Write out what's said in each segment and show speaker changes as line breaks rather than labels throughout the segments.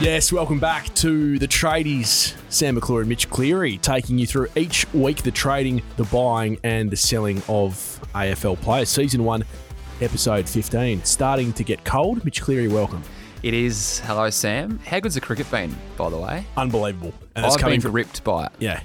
Yes, welcome back to the tradies. Sam McClure and Mitch Cleary taking you through each week the trading, the buying, and the selling of AFL players. Season one, episode 15. Starting to get cold. Mitch Cleary, welcome.
It is. Hello, Sam. How good's the cricket been, by the way?
Unbelievable. And
I've been ripped by it.
Yeah.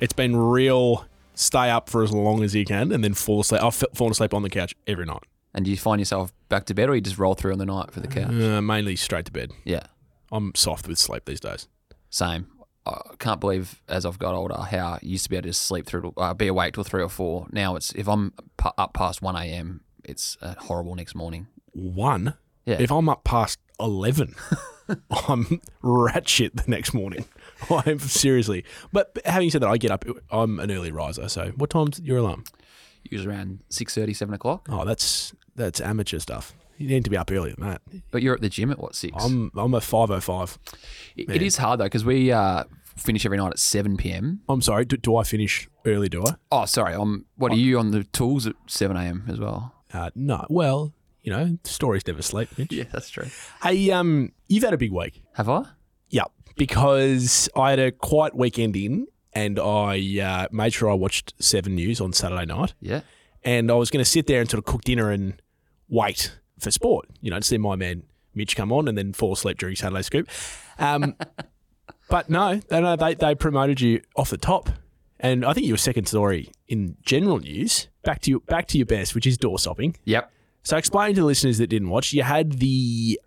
It's been real stay up for as long as you can and then fall asleep. I've f- fallen asleep on the couch every night,
And do you find yourself back to bed or you just roll through on the night for the couch?
uh, mainly straight to bed.
Yeah.
I'm soft with sleep these days.
Same. I can't believe as I've got older how I used to be able to just sleep through, to- uh, be awake till three or four. Now it's, if I'm p- up past 1 a.m., it's uh, horrible next morning.
One,
Yeah.
if I'm up past 11, I'm ratchet the next morning. I'm seriously. But having said that, I get up. I'm an early riser. So what time's your alarm?
Usually around 6.30, 7 o'clock.
Oh, that's that's amateur stuff. You need to be up earlier than that.
But you're at the gym at what, 6?
I'm I'm a 505.
It- it is hard though because we uh, finish every night at 7 p.m.
I'm sorry. Do, do I finish early? Do I?
Oh, sorry. I'm, what are you on the tools at 7 a.m. as well?
Uh, no. Well, you know, stories never sleep. Mitch.
Yeah, that's true.
Hey, um, you've had a big week.
Have I?
Yeah, because I had a quiet weekend in, and I uh, made sure I watched Seven News on Saturday night,
Yeah.
and I was going to sit there and sort of cook dinner and wait for sport. You know, to see my man Mitch come on and then fall asleep during Saturday Scoop. Um, but no, they, no, they they promoted you off the top, and I think you were second story in general news. Back to you, back to your best, which is door stopping.
Yep.
So explain to the listeners that didn't watch. You had the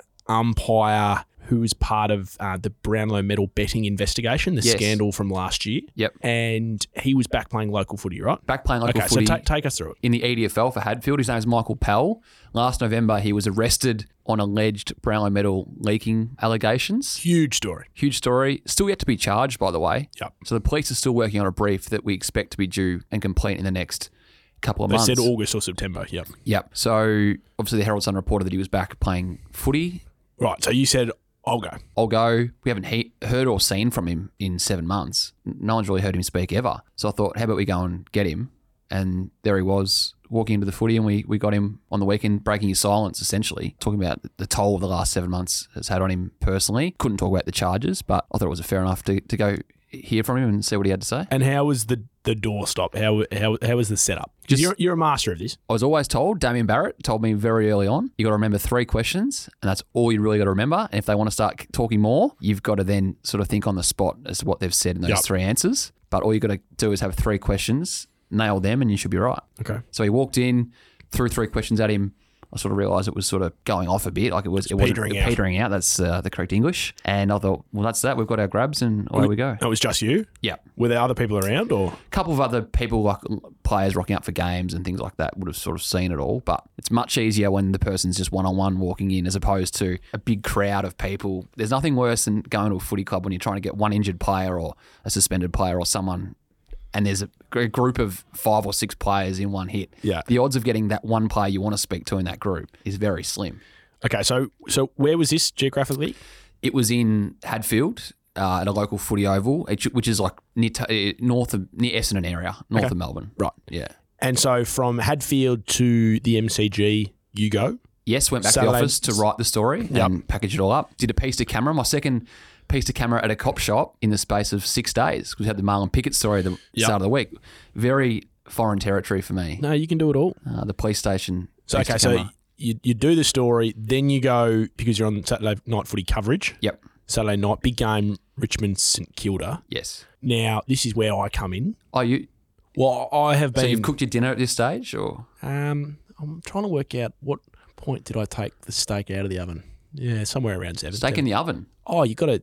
umpire who was part of uh, the Brownlow Medal betting investigation, the
Yes.
scandal from last year.
Yep.
And he was back playing local footy, right?
Back playing local
okay,
footy
so ta- take us through it.
in the EDFL for Hadfield. His name is Michael Powell. Last November, he was arrested on alleged Brownlow medal leaking allegations.
Huge story.
Huge story. Still yet to be charged, by the way.
Yep.
So the police are still working on a brief that we expect to be due and complete in the next couple of
They
months.
said August or September. Yep.
Yep. So obviously the Herald Sun reported that he was back playing footy.
Right. So you said, I'll go.
I'll go. We haven't he- heard or seen from him in seven months. No one's really heard him speak ever. So I thought, how about we go and get him? And there he was walking into the footy, and we, we got him on the weekend, breaking his silence essentially, talking about the toll the last seven months has had on him personally. Couldn't talk about the charges, but I thought it was fair enough to, to go hear from him and see what he had to say.
And how was the, the door stop? How, how, how was the setup? Because
Just-
you're, you're a master of this.
I was always told, Damien Barrett told me very early on, you got to remember three questions, and that's all you really got to remember. And if they want to start talking more, you've got to then sort of think on the spot as to what they've said in those
Yep.
three answers. But all you got to do is have three questions, nail them, and you should be right.
Okay.
So he walked in, threw three questions at him. I sort of realised it was sort of going off a bit, like it was it wasn't
petering out.
petering out. That's uh, the correct English. And I thought, well, that's that. We've got our grabs, and away we go.
It was just you?
Yeah
Were there other people around or?
couple of other people like players rocking up for games and things like that would have sort of seen it all but it's much easier when the person's just one-on-one walking in as opposed to a big crowd of people there's nothing worse than going to a footy club when you're trying to get one injured player or a suspended player or someone and there's a, gr- group of five or six players in one hit
Yeah.
the odds of getting that one player you want to speak to in that group is very slim
Okay. So, so where was this geographically?
it was in Hadfield uh, at a local footy oval which which is like near, Ta- eh, north of near Essendon area north of Melbourne
Right.
yeah
And so from Hadfield to the MCG, you go.
Yes, went back to the
Saturday-
office to write the story and package it all up. Did a piece to camera, my second piece to camera at a cop shop in the space of six days. We had the Marlon Pickett story the start of the week. Very foreign territory for me.
No, you can do it all.
Uh, the police station.
So
piece to
okay, so
camera.
you, you do the story, then you go because you're on Saturday night footy coverage.
Yep.
Saturday night big game, Richmond St Kilda.
Yes.
Now this is where I come in.
Oh, you.
Well, I have
So
been.
you've cooked your dinner at this stage, or
um, I'm trying to work out what point did I take the steak out of the oven? Yeah, somewhere around seven.
steak in the oven?
oh, you got to.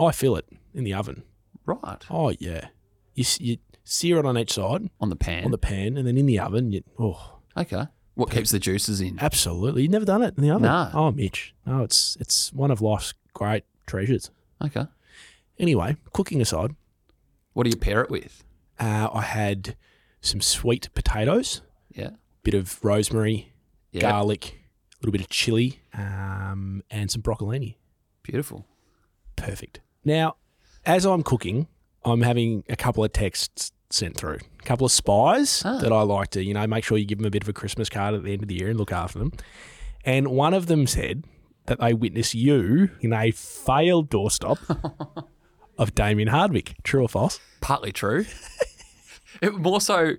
I feel it in the oven.
Right
Oh yeah, you s- you sear it on each side
on the pan.
on the pan, and then in the oven. You, oh,
okay. What keeps the juices in?
Absolutely. You've never done it in the oven?
No.
Oh, Mitch. No, it's it's one of life's great treasures.
Okay.
Anyway, cooking aside,
What do you pair it with?
uh, I had some sweet potatoes,
Yeah.
bit of rosemary,
Yeah.
garlic, a little bit of chili, um, and some broccolini.
Beautiful.
Perfect. Now, as I'm cooking, I'm having a couple of texts sent through, a couple of spies
Ah.
that I like to, you know, make sure you give them a bit of a Christmas card at the end of the year and look after them. And one of them said, that they witness you in a failed doorstop of Damien Hardwick. True or false?
Partly true. it more so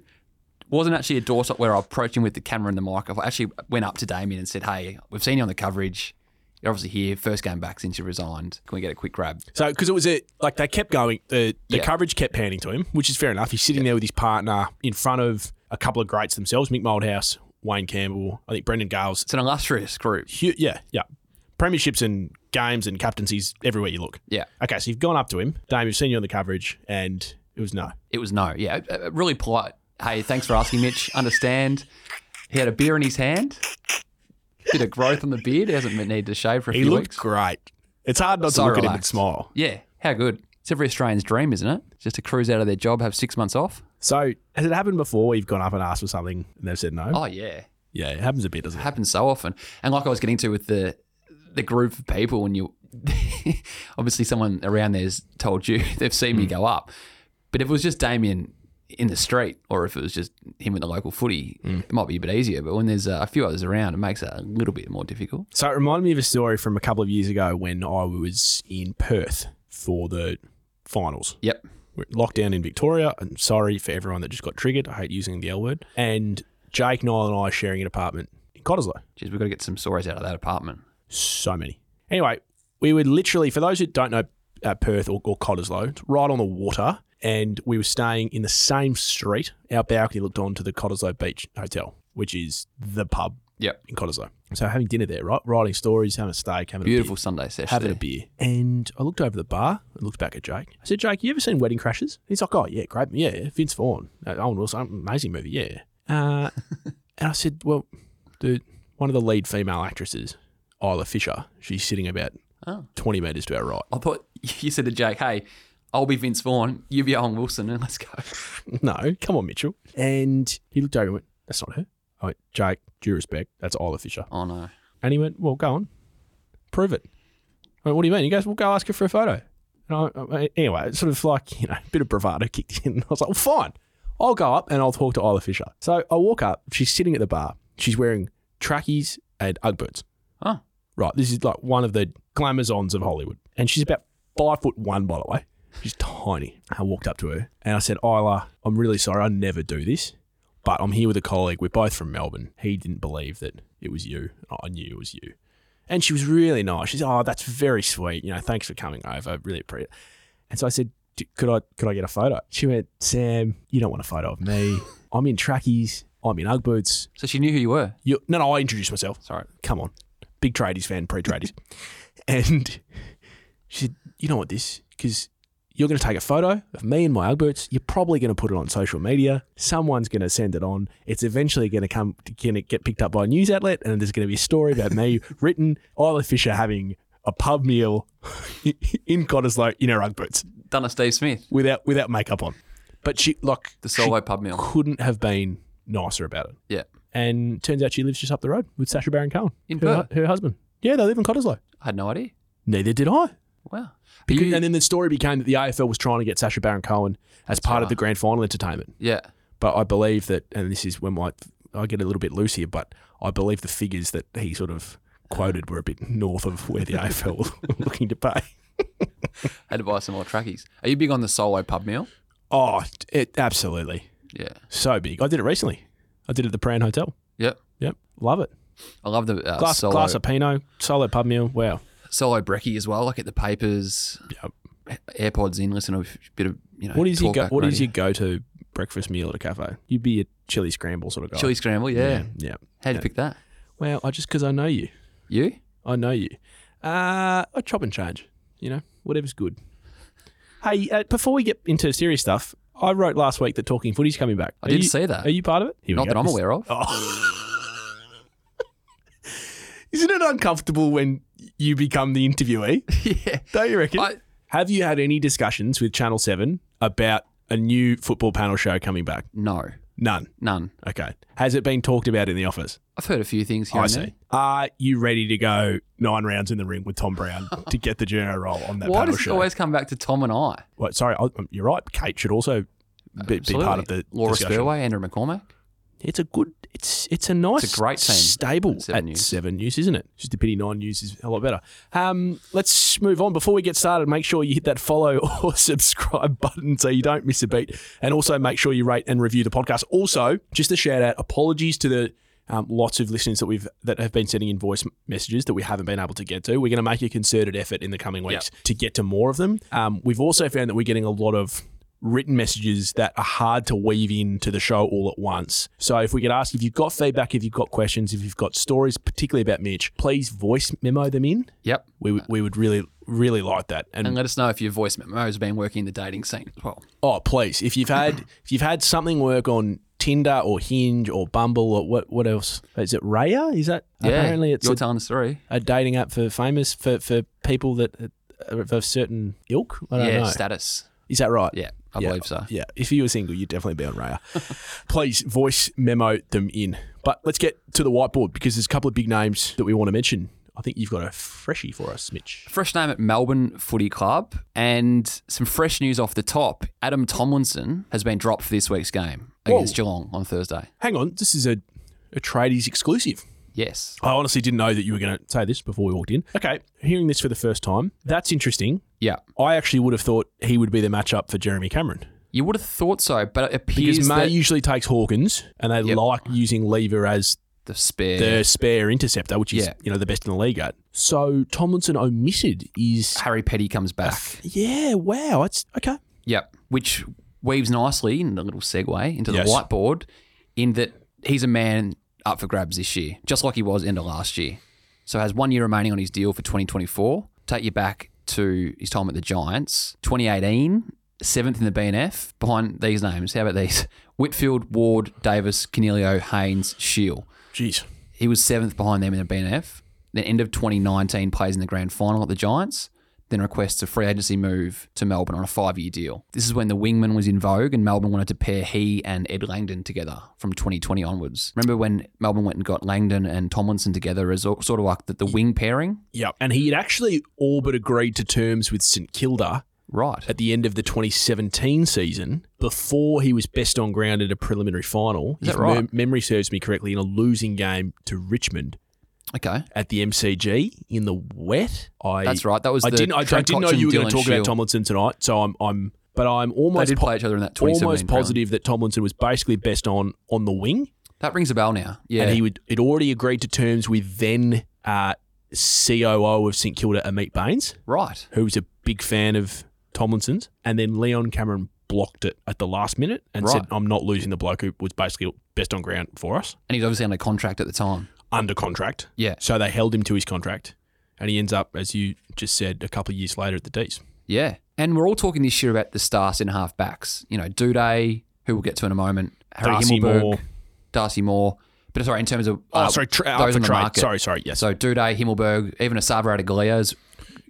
wasn't actually a doorstop where I approached him with the camera and the mic. I actually went up to Damien and said, "Hey, we've seen you on the coverage. You're obviously here. First game back since you resigned. Can we get a quick grab?"
So, because it was a like they kept going, the the
Yeah.
coverage kept panning to him, which is fair enough. He's sitting there with his partner in front of a couple of greats themselves: Mick Moldhouse, Wayne Campbell, I think Brendan Gales.
It's an illustrious group.
Hu- yeah, yeah, premierships and games and captaincies everywhere you look.
Yeah,
Okay, so you've gone up to him, Dame. We've seen you on the coverage, and it was no.
it was no. Yeah, uh, uh, really polite. Hey, thanks for asking, Mitch. Understand? He had a beer in his hand. Bit of growth on the beard. He hasn't needed to shave for a
He
few
looked
weeks.
great. It's hard not
So
to look at him and
relaxed.
smile.
Yeah, how good. It's every Australian's dream, isn't it? Just to cruise out of their job, have six months off.
So, has it happened before? where You've gone up and asked for something, and they've said no.
Oh yeah,
Yeah, it happens a bit, doesn't it?
happens so often. And like I was getting to with the the group of people, and you obviously someone around there's told you they've seen me go up. But if it was just Damien in the street, or if it was just him at the local footy, it might be a bit easier. But when there's uh, a few others around, it makes it a little bit more difficult.
So it reminded me of a story from a couple of years ago when I was in Perth for the finals.
Yep.
We're locked down in Victoria, and sorry for everyone that just got triggered. I hate using the L word. And Jake, Niall, and I are sharing an apartment in Cottesloe.
Jeez, we've got to get some stories out of that apartment.
So many. Anyway, we would literally, for those who don't know uh, Perth or, or Cottesloe, it's right on the water. And we were staying in the same street. Our balcony looked onto the Cottesloe Beach Hotel, which is the pub
Yep.
in Cottesloe. So having dinner there, right? Writing stories, having a steak, having a beer.
Beautiful Sunday session.
having a beer. And I looked over the bar and looked back at Jake. I said, Jake, you ever seen Wedding Crashes? And he's like, oh, yeah, great. Yeah, yeah, Vince Vaughn. Uh, Owen Wilson, amazing movie, yeah. Uh, and I said, well, dude, one of the lead female actresses, Isla Fisher, she's sitting about
Oh.
20 metres to our right.
I thought you said to Jake, "Hey, I'll be Vince Vaughn, you be Owen Wilson, and let's go."
no, come on, Mitchell. And he looked over and went, that's not her. I went, Jake, due respect, that's Isla Fisher.
Oh no.
And he went, Well, go on, prove it. I went, What do you mean? He goes, Well, go ask her for a photo. And I, I, anyway, it's sort of like, you know, a bit of bravado kicked in. I was like, Well, fine. I'll go up and I'll talk to Isla Fisher. So I walk up. She's sitting at the bar. She's wearing trackies and Ugg boots.
Huh.
Right. This is like one of the glamazons of Hollywood. And she's about five foot one, by the way. She's tiny. I walked up to her and I said, Isla, I'm really sorry. I never do this, but I'm here with a colleague. We're both from Melbourne. He didn't believe that it was you. I knew it was you. And she was really nice. She's, oh, that's very sweet. You know, thanks for coming over. Really appreciate it. And so I said, "D- could I could I get a photo? She went, Sam, you don't want a photo of me. I'm in trackies. I'm in Ugg boots.
So she knew who you were.
You, no, no, I introduced myself
Sorry.
come on, big tradies fan, pre tradies. and she said, you know what, this, because you're going to take a photo of me and my Ugg boots. You're probably going to put it on social media. Someone's going to send it on. It's eventually going to come, going to get picked up by a news outlet, and there's going to be a story about me written, Isla Fisher having a pub meal in Cottesloe in her Ugg boots
Done a Steve Smith,
without without makeup on. But she, like,
the
she
solo pub meal.
couldn't have been nicer about it.
Yeah.
And turns out she lives just up the road with Sasha Baron Cohen,
In
her, her husband. Yeah, they live in Cottesloe.
I had no idea.
Neither did I.
Wow. Because,
and then the story became that the AFL was trying to get Sasha Baron Cohen as part of
right.
the grand final entertainment.
yeah.
But I believe that, and this is when my, I get a little bit loose here, but I believe the figures that he sort of quoted were a bit north of where the AFL were looking to pay.
Had to buy some more trackies. Are you big on the solo pub meal?
Oh, it absolutely
Yeah.
so big. I did it recently. I did it at the Pran Hotel.
Yep.
Yep, love it.
I love the uh,
Glass,
solo,
glass of Pinot, solo pub meal. Wow.
solo brekkie as well. I get the papers,
Yep.
AirPods in, listen to a bit of, you know,
What is your go,
talkback
what is
radio.
your go to breakfast meal at a cafe? You'd be a chili scramble sort of guy.
chili scramble? Yeah.
yeah.
How'd you pick that?
Well, I just because I know you,
You?
I know you. Uh, I chop and change. You know, whatever's good. Hey, uh, before we get into serious stuff, I wrote last week that talking footy's coming back.
I
Are
didn't
you-
see that.
Are you Oh. part of it? Here we
Not
go.
that I'm
This-
aware of.
Isn't it uncomfortable when you become the interviewee?
yeah.
Don't you reckon?
I-
Have you had any discussions with Channel Seven about a new football panel show coming back?
No,
None.
none.
Okay. Has it been talked about in the office?
I've heard a few things here
I
and
see.
there.
Are you ready to go nine rounds in the ring with Tom Brown to get the Juno role on that
Why
panel
does it
show?
always come back to Tom and I?
Wait, sorry, I, you're right. Kate should also be, be part of the
Laura
discussion.
Spurway, Andrew McCormack.
It's a good. It's it's a nice,
It's a great team
stable
at Seven
at
News.
Seven News, isn't it? Just a pity Nine News is a lot better. Um, let's move on. Before we get started, make sure you hit that follow or subscribe button so you don't miss a beat, and also make sure you rate and review the podcast. Also, just a shout out. Apologies to the. Um, lots of listeners that we've that have been sending in voice messages that we haven't been able to get to. We're going to make a concerted effort in the coming weeks to get to more of them. Um, we've also found that we're getting a lot of written messages that are hard to weave into the show all at once. So if we could ask if you've got feedback, if you've got questions, if you've got stories, particularly about Mitch, please voice memo them in.
Yep.
We, would- we would really, really like that. And,
And let us know if your voice memo has been working in the dating scene as Hmm. well.
oh, please, if you've had if you've had something work on Tinder or Hinge or Bumble or what what else is it? Raya? Is that apparently it's
you're
a,
telling the story.
a dating app for famous for for people that are of a certain ilk. I don't
yeah,
know.
status.
is that right?
Yeah, I
Yeah.
believe so.
Yeah, if you were single, you'd definitely be on Raya. Please voice memo them in. But let's get to the whiteboard because there's a couple of big names that we want to mention. I think you've got a freshie for us, Mitch.
Fresh name at Melbourne Footy Club, and some fresh news off the top. Adam Tomlinson has been dropped for this week's game against Geelong on Thursday.
Hang on, this is a, a tradies exclusive.
Yes,
I honestly didn't know that you were going to say this before we walked in. Okay, hearing this for the first time, that's interesting.
yeah,
I actually would have thought he would be the matchup for Jeremy Cameron
you would have thought so, but it appears
because May
that
usually takes Hawkins, and they
Yep.
like using Lever as
the spare
the spare interceptor, which is
Yeah.
you know the best in the league at. So Tomlinson omitted is
Harry Petty comes back.
yeah, wow, it's okay.
Yep. Which weaves nicely in a little segue into the
Yes.
whiteboard, in that he's a man up for grabs this year, just like he was end of last year. So has one year remaining on his deal for 2024. Take you back to his time at the Giants, 2018, seventh in the BNF. Behind these names, how about these? Whitfield, Ward, Davis, Canelio, Haynes, Shield.
Jeez,
He was seventh behind them in the BNF. Then end of 2019 plays in the grand final at the Giants. Then requests a free agency move to Melbourne on a five-year deal. This is when the wingman was in vogue, and Melbourne wanted to pair he and Ed Langdon together from 2020 onwards. Remember when Melbourne went and got Langdon and Tomlinson together as al- sort of like the, the wing pairing,
yeah, and he had actually all but agreed to terms with St Kilda
right?
at the end of the 2017 season before he was best on ground at a preliminary final.
Is that
if
right?
mem- memory serves me correctly, in a losing game to Richmond
Okay,
at the MCG in the wet. I
that's right. That was
I
the
didn't. I, I
Trent
didn't know
Cotchin,
you were going
Dylan
to talk
Shield.
about Tomlinson tonight, so I'm. I'm. But I'm
They
almost
did play each other in that 2017
almost
round.
positive that Tomlinson was basically best on on the wing,
That rings a bell now. Yeah,
and he would had already agreed to terms with then uh, COO of St Kilda, Amit Baines,
right.
who was a big fan of Tomlinson's, and then Leon Cameron blocked it at the last minute and
Right.
said, "I'm not losing the bloke who was basically best on ground for us
And he's obviously under contract at the time.
under contract."
Yeah,
So they held him to his contract, and he ends up, as you just said, a couple of years later at the D's.
Yeah. And we're all talking this year about the stars in half backs. You know, Duday, who we'll get to in a moment, Harry
Darcy
Himmelberg,
Moore.
Darcy Moore. But sorry, in terms of
Oh,
uh,
sorry, tra-
those
up for
on the
trade.
market.
Sorry, sorry, yes,
So Duday, Himmelberg, even a Adegayo's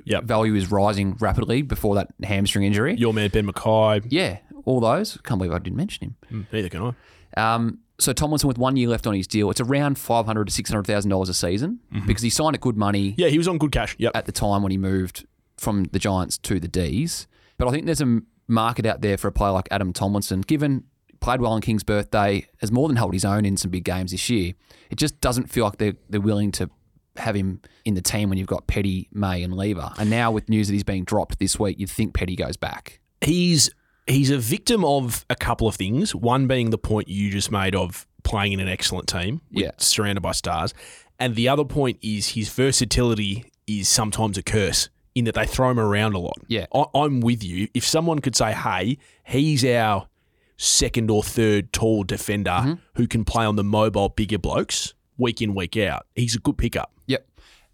Yep.
value is rising rapidly before that hamstring injury.
your man Ben Mackay.
Yeah, all those. Can't believe I didn't mention him.
Mm, Neither can I.
Um, so Tomlinson, with one year left on his deal, it's around five hundred to six hundred thousand dollars a season
Mm-hmm.
because he signed at good money
Yeah, he was on good cash. Yep.
at the time when he moved from the Giants to the D's. But I think there's a m- market out there for a player like Adam Tomlinson, given played well on King's birthday, has more than held his own in some big games this year. It just doesn't feel like they're, they're willing to have him in the team when you've got Petty, May, and Lever. And now with news that he's being dropped this week, you'd think Petty goes back.
he's he's a victim of a couple of things. One being the point you just made of playing in an excellent team, with-
Yeah.
surrounded by stars, and the other point is his versatility is sometimes a curse in that they throw him around a lot.
Yeah.
I, I'm with you. If someone could say, "Hey, he's our second or third tall defender
Mm-hmm.
who can play on the mobile bigger blokes week in week out," he's a good pickup.
Yep.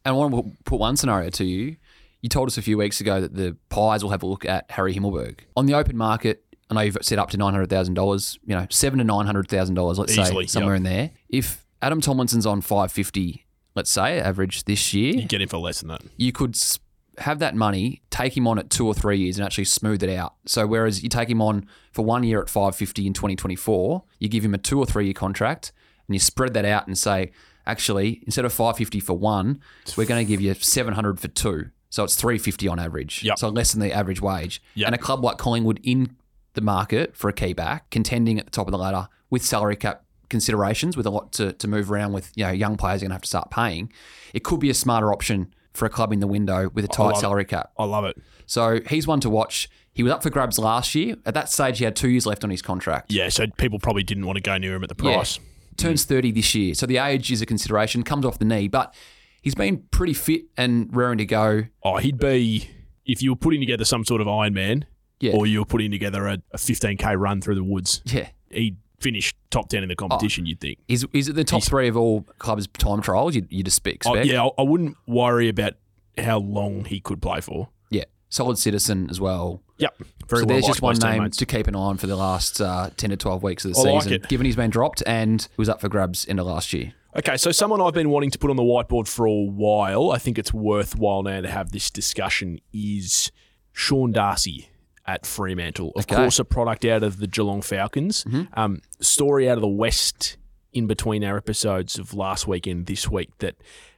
And I want to put one scenario to you. You told us a few weeks ago that the Pies will have a look at Harry Himmelberg on the open market. I know you've set up to nine hundred thousand dollars. You know, seven to nine hundred thousand dollars. Let's
Easily,
say somewhere in there. If Adam Tomlinson's on five fifty, let's say average this year,
You get him for less than that.
you could s- have that money, take him on at two or three years, and actually smooth it out. So whereas you take him on for one year at five fifty in twenty twenty four, you give him a two or three year contract, and you spread that out and say, actually, instead of five fifty for one, we're going to give you seven hundred for two. So it's three fifty on average.
Yep.
So less than the average wage.
Yep.
And a club like Collingwood in the market for a key back, contending at the top of the ladder with salary cap considerations with a lot to, to move around with, you know, young players are going to have to start paying. It could be a smarter option for a club in the window with a tight
love it.
salary cap.
I love it.
So he's one to watch. He was up for grabs last year. At that stage, he had two years left on his contract.
Yeah, so people probably didn't want to go near him at the price.
Turns 30 this year. So the age is a consideration, comes off the knee, but he's been pretty fit and raring to go.
Oh, he'd be if you were putting together some sort of Iron Man,
Yeah.
or you were putting together a, a 15k run through the woods.
Yeah.
He'd finish top ten in the competition.
Oh,
You'd think.
Is, is it the top three of all clubs' time trials? You, you just spe-
I,
expect.
Oh, yeah, I, I wouldn't worry about how long he could play for.
Yeah. Solid citizen as well.
Yep, very
so
well.
there's
liked
just
by
one
his
name
teammates.
to keep an eye on for the last uh, 10 to 12 weeks of the
I like
season,
it.
given he's been dropped and he was up for grabs end of last year.
Okay, so someone I've been wanting to put on the whiteboard for a while, I think it's worthwhile now to have this discussion, is Sean Darcy at Fremantle. Of
Okay.
course, a product out of the Geelong Falcons. Um, story out of the West in between our episodes of last week and this week that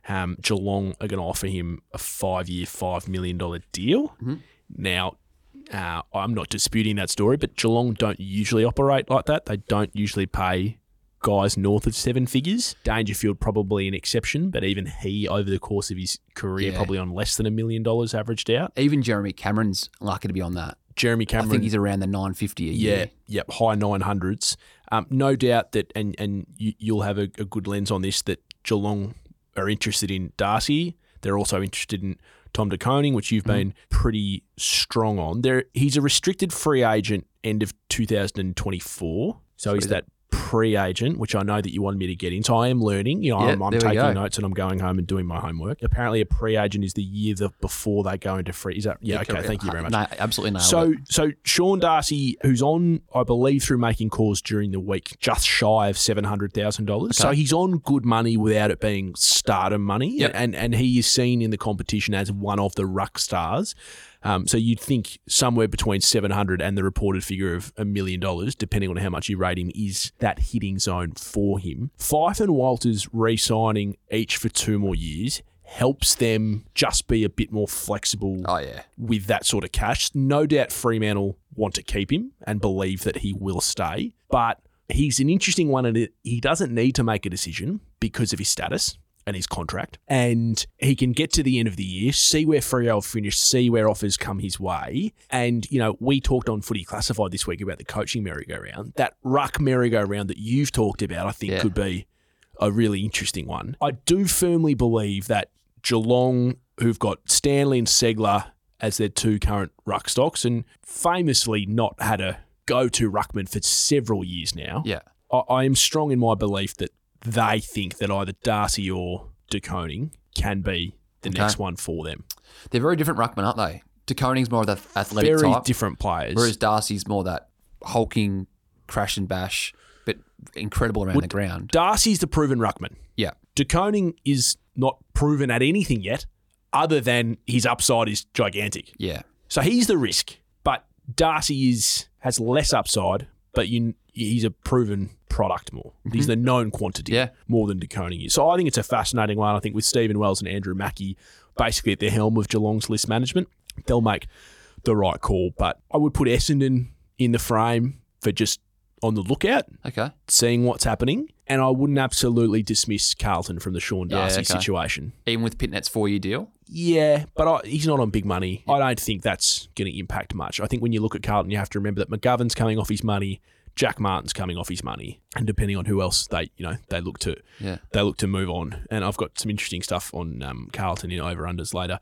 um, Geelong are going to offer him a five year, $5 million deal. Now, uh, I'm not disputing that story, but Geelong don't usually operate like that. They don't usually pay guys north of seven figures. Dangerfield probably an exception, but even he, over the course of his career,
Yeah.
probably on less than a million dollars averaged out.
Even Jeremy Cameron's lucky to be on that.
Jeremy
I
Cameron,
think he's around the 950 a
yeah,
year.
yep, high nine hundreds. Um, no doubt that, and and you, you'll have a, a good lens on this. That Geelong are interested in Darcy. They're also interested in Tom De Koning, which
Mm.
you've been pretty strong on. There, he's a restricted free agent end of 2024. So he's
is
that pre-agent, which I know that you wanted me to get into. I am learning. You know,
Yeah,
I'm, I'm
there we go.
taking notes and I'm going home and doing my homework. Apparently, a pre-agent is the year that before they go into free. Is that yeah? okay,
correct.
thank you very much.
No, absolutely nailed
So,
it.
so Sean Darcy, who's on, I believe, through making calls during the week, just shy of seven hundred thousand dollars. So
Okay.
he's on good money without it being stardom money,
Yep.
and and he is seen in the competition as one of the ruck stars. Um, so you'd think somewhere between seven hundred and the reported figure of a million dollars, depending on how much you rate him, is that hitting zone for him. Fife and Walters re-signing each for two more years helps them just be a bit more flexible
Oh, yeah.
with that sort of cash. No doubt Fremantle want to keep him and believe that he will stay, but he's an interesting one and it- he doesn't need to make a decision because of his status and his contract. And he can get to the end of the year, see where Freo finish, see where offers come his way. And, you know, we talked on Footy Classified this week about the coaching merry-go-round. That ruck merry-go-round that you've talked about, I think
Yeah.
could be a really interesting one. I do firmly believe that Geelong, who've got Stanley and Segler as their two current ruck stocks, and famously not had a go-to ruckman for several years now.
Yeah.
I, I am strong in my belief that they think that either Darcy or De Koning can be the
Okay.
next one for them.
They're very different ruckmen, aren't they? De Koning's more of that athletic
Very
type,
different players.
whereas Darcy's more that hulking, crash and bash, but incredible around the ground.
Darcy's the proven ruckman.
yeah.
De Koning is not proven at anything yet, other than his upside is gigantic.
Yeah.
So he's the risk, but Darcy is has less upside, but you he's a proven product more. He's the known quantity
Mm-hmm. Yeah.
more than De Koning is. So I think it's a fascinating one. I think with Stephen Wells and Andrew Mackey basically at the helm of Geelong's list management, they'll make the right call. But I would put Essendon in the frame for just on the lookout,
Okay.
seeing what's happening. And I wouldn't absolutely dismiss Carlton from the Sean
Yeah,
Darcy
okay.
situation.
Even with Pitnet's four year deal.
Yeah, but I, he's not on big money. I don't think that's going to impact much. I think when you look at Carlton, you have to remember that McGovern's coming off his money, Jack Martin's coming off his money, and depending on who else they, you know, they look to,
Yeah.
they look to move on. And I've got some interesting stuff on um, Carlton in over unders later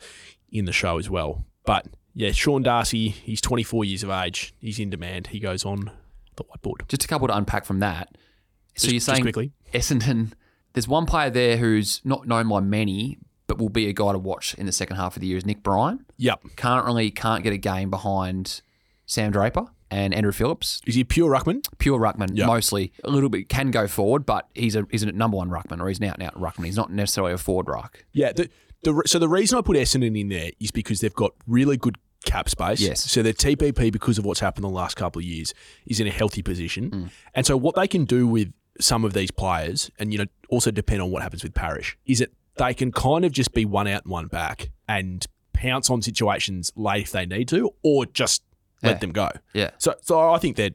in the show as well. But yeah, Sean Darcy, he's 24 years of age. He's in demand. He goes on the whiteboard.
Just a couple to unpack from that. So
Just-
you're
just
saying
quickly.
Essendon, there's one player there who's not known by many, but will be a guy to watch in the second half of the year is Nick Bryan.
Yep.
Currently can't get a game behind Sam Draper and Andrew Phillips.
Is he a pure ruckman?
pure ruckman
Yeah.
mostly. A little bit can go forward, but he's a he's a number one ruckman or he's an out and out ruckman. He's not necessarily a forward ruck.
Yeah. The, the, re- so the reason I put Essendon in there is because they've got really good cap space.
Yes.
So their TPP, because of what's happened the last couple of years, is in a healthy position.
Mm.
And so what they can do with some of these players, and you know, also depend on what happens with Parish, is that they can kind of just be one out and one back and pounce on situations late if they need to, or just let
Yeah.
them go.
Yeah.
So, so I think they're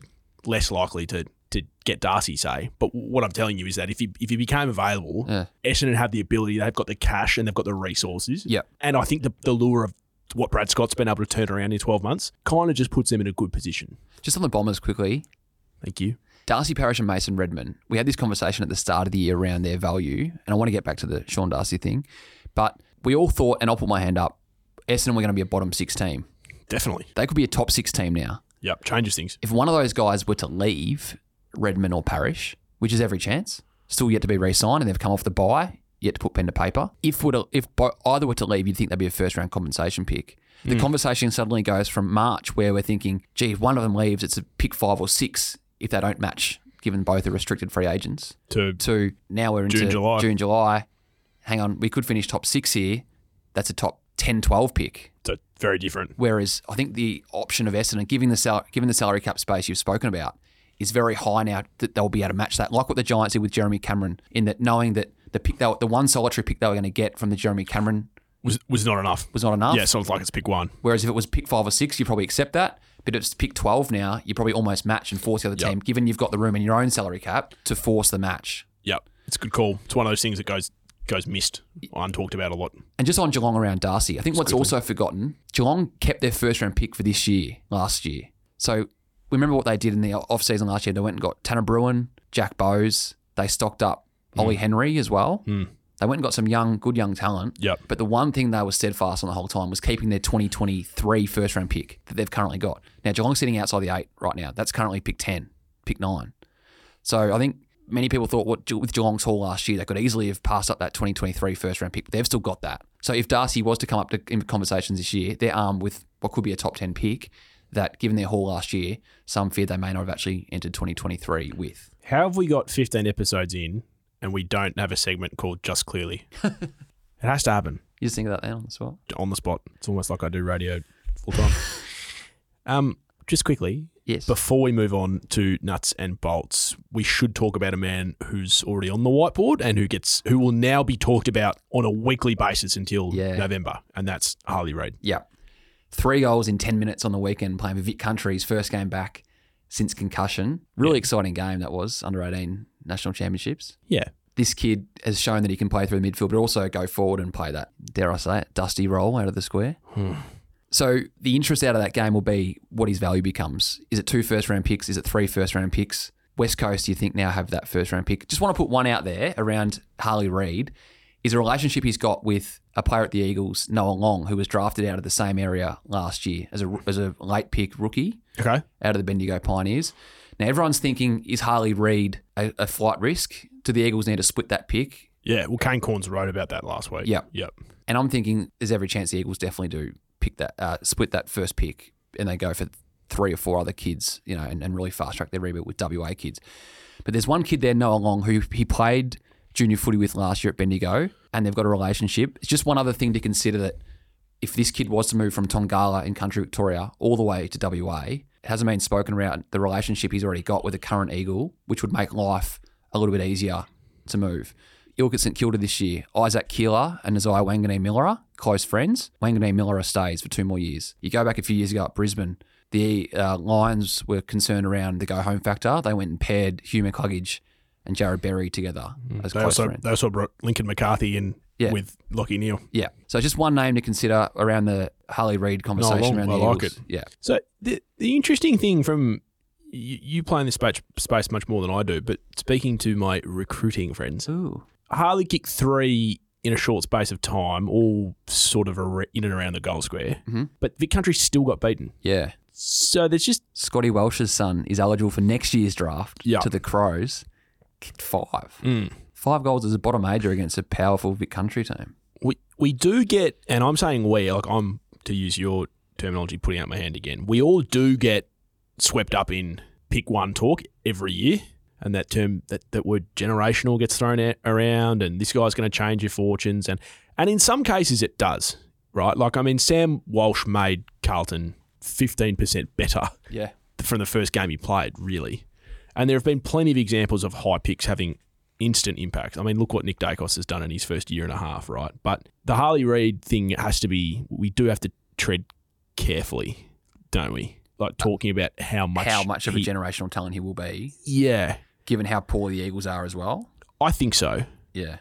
less likely to to get Darcy, say. But what I'm telling you is that if he if he became available,
Yeah.
Essendon have the ability, they've got the cash and they've got the resources.
Yep.
And I think the, the lure of what Brad Scott's been able to turn around in 12 months kind of just puts them in a good position.
Just on the Bombers quickly,
Thank you.
Darcy Parish and Mason Redmond. We had this conversation at the start of the year around their value, and I want to get back to the Sean Darcy thing. But we all thought, and I'll put my hand up, Essendon were going to be a bottom six team.
Definitely.
They could be a top six team now.
Yep. Changes things.
If one of those guys were to leave Redmond or Parish, which is every chance, still yet to be re-signed, and they've come off the buy, yet to put pen to paper. If would if bo- either were to leave, you'd think they'd be a first round compensation pick. The
Hmm.
conversation suddenly goes from March, where we're thinking, gee, if one of them leaves, it's a pick five or six if they don't match, given both are restricted free agents
To
to now we're into
June, July.
June, July. Hang on, we could finish top six here. That's a top 10, 12 pick.
so very different.
Whereas I think the option of Essendon, given the, sal- given the salary cap space you've spoken about, is very high now that they'll be able to match that. Like what the Giants did with Jeremy Cameron, in that knowing that the pick they were, the one solitary pick they were going to get from the Jeremy Cameron
Was was not enough.
was not enough.
Yeah, sounds like it's pick one.
Whereas if it was pick five or six, you probably accept that. But if it's pick 12 now, you probably almost match and force the other team, given you've got the room in your own salary cap to force the match.
Yep. It's a good call. It's one of those things that goes goes missed. I'm talked about a lot.
And just on Geelong around Darcy, I think what's also forgotten, Geelong kept their first round pick for this year, last year. So remember what they did in the off season last year. They went and got Tanner Bruin, Jack Bowes. They stocked up Ollie Henry as well. They went and got some young, good young talent.
Yep.
But the one thing they were steadfast on the whole time was keeping their 2023 first round pick that they've currently got. Now Geelong's sitting outside the eight right now. That's currently pick 10, pick nine. So I think many people thought what with Geelong's haul last year, they could easily have passed up that 2023 first round pick. But they've still got that. So if Darcy was to come up to in conversations this year, they're armed with what could be a top 10 pick that, given their haul last year, some fear they may not have actually entered 2023 with.
How have we got 15 episodes in and we don't have a segment called Just Clearly? it has to happen
You just think of that then on the spot.
on the spot. It's almost like I do radio full time. um, just quickly,
Yes.
before we move on to nuts and bolts, we should talk about a man who's already on the whiteboard and who gets who will now be talked about on a weekly basis until
Yeah.
November, and that's Harley Reid.
yeah. Three goals in 10 minutes on the weekend playing for Vic Country's first game back since concussion. Really exciting game that was under 18 national championships.
Yeah,
this kid has shown that he can play through the midfield, but also go forward and play that, dare I say it, dusty role out of the square. So the interest out of that game will be what his value becomes. Is it two first round picks? Is it three first round picks? West Coast, do you think now have that first round pick? Just want to put one out there around Harley Reid. Is a relationship he's got with a player at the Eagles, Noah Long, who was drafted out of the same area last year as a, as a late pick rookie
okay,
out of the Bendigo Pioneers. Now everyone's thinking, is Harley Reid a, a flight risk? Do the Eagles need to split that pick?
yeah. Well, Kane Corns wrote about that last week.
Yep.
yep.
And I'm thinking, there's every chance the Eagles definitely do pick that, uh, split that first pick, and they go for three or four other kids, you know, and, and really fast track their rebuild with WA kids. But there's one kid there, Noah Long, who he played junior footy with last year at Bendigo, and they've got a relationship. It's just one other thing to consider that if this kid was to move from Tongala in country Victoria all the way to WA, it hasn't been spoken around the relationship he's already got with the current Eagle, which would make life a little bit easier to move. You look at St Kilda this year, Isaac Keeler and Isaiah Wangane Miller, close friends. Wangane Miller stays for two more years. You go back a few years ago at Brisbane, the uh, Lions were concerned around the go home factor. They went and paired Hugh McCluggage and Jared Berry together Mm. as
Mm. They
close
also
friends.
they also brought Lincoln McCarthy in
Yeah.
with Lockie Neal.
Yeah. So just one name to consider around the Harley Reid conversation
long-
around the
I like
Eagles.
it.
Yeah.
So the the interesting thing from you, you play in this space, space much more than I do, but speaking to my recruiting friends,
Ooh.
Harley kicked three in a short space of time, all sort of ar- in and around the goal square.
Mhm.
But Vic Country still got beaten.
Yeah.
So there's just
Scotty Welsh's son is eligible for next year's draft
Yeah.
to the Crows. Kicked five. Five goals as a bottom major against a powerful Vic Country team.
we we do get, and I'm saying we like I'm to use your terminology, putting out my hand again. We all do get swept up in pick one talk every year, and that term that that word generational gets thrown out, around, and this guy's going to change your fortunes, and and in some cases it does, right? Like I mean, Sam Walsh made Carlton 15% better
Yeah.
from the first game he played, really. And there have been plenty of examples of high picks having instant impact. I mean, look what Nick Dacos has done in his first year and a half, right? But the Harley Reid thing has to be, we do have to tread carefully, don't we? Like talking about how much.
How much of a
he-
generational talent he will be.
Yeah.
given how poor the Eagles are as well.
I think so.
Yeah.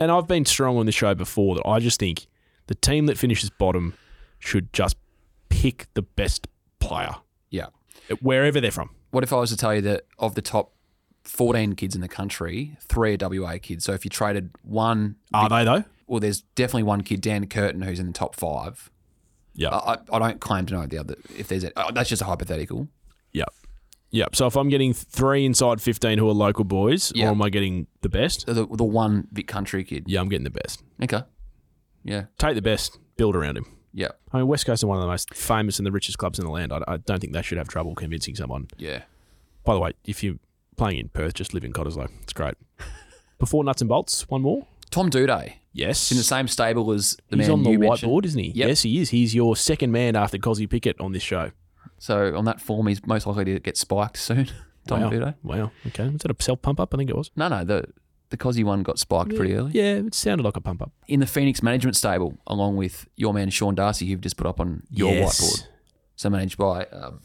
And I've been strong on the show before that I just think the team that finishes bottom should just pick the best player
Yeah.
wherever they're from.
What if I was to tell you that of the top 14 kids in the country, three are WA kids? So if you traded one,
Are they though?
well, there's definitely one kid, Dan Curtin, who's in the top five.
Yeah.
I, I I don't claim to know the other. If there's a, oh, that's just a hypothetical.
Yep. Yep. So if I'm getting three inside 15 who are local boys,
Yeah.
or am I getting the best?
The, the one Vic Country kid.
Yeah, I'm getting the best.
Okay. Yeah.
Take the best, build around him.
Yeah.
I mean, West Coast are one of the most famous and the richest clubs in the land. I, I don't think they should have trouble convincing someone.
Yeah.
By the way, if you're playing in Perth, just live in Cottesloe. It's great. Before Nuts and Bolts, one more.
Tom Duday
Yes.
in the same stable as the
He's
man
on the
you
whiteboard,
mentioned.
isn't he?
Yep.
Yes, he is. He's your second man after Cosy Pickett on this show.
So on that form, he's most likely to get spiked soon. Tom
wow.
Duday.
Wow. Okay. Was that a self pump up? I think it was.
No, no, the the Cosy one got spiked pretty early
Yeah, it sounded like a pump up.
in the Phoenix management stable, along with your man Sean Darcy, who've just put up on your whiteboard. So managed by um,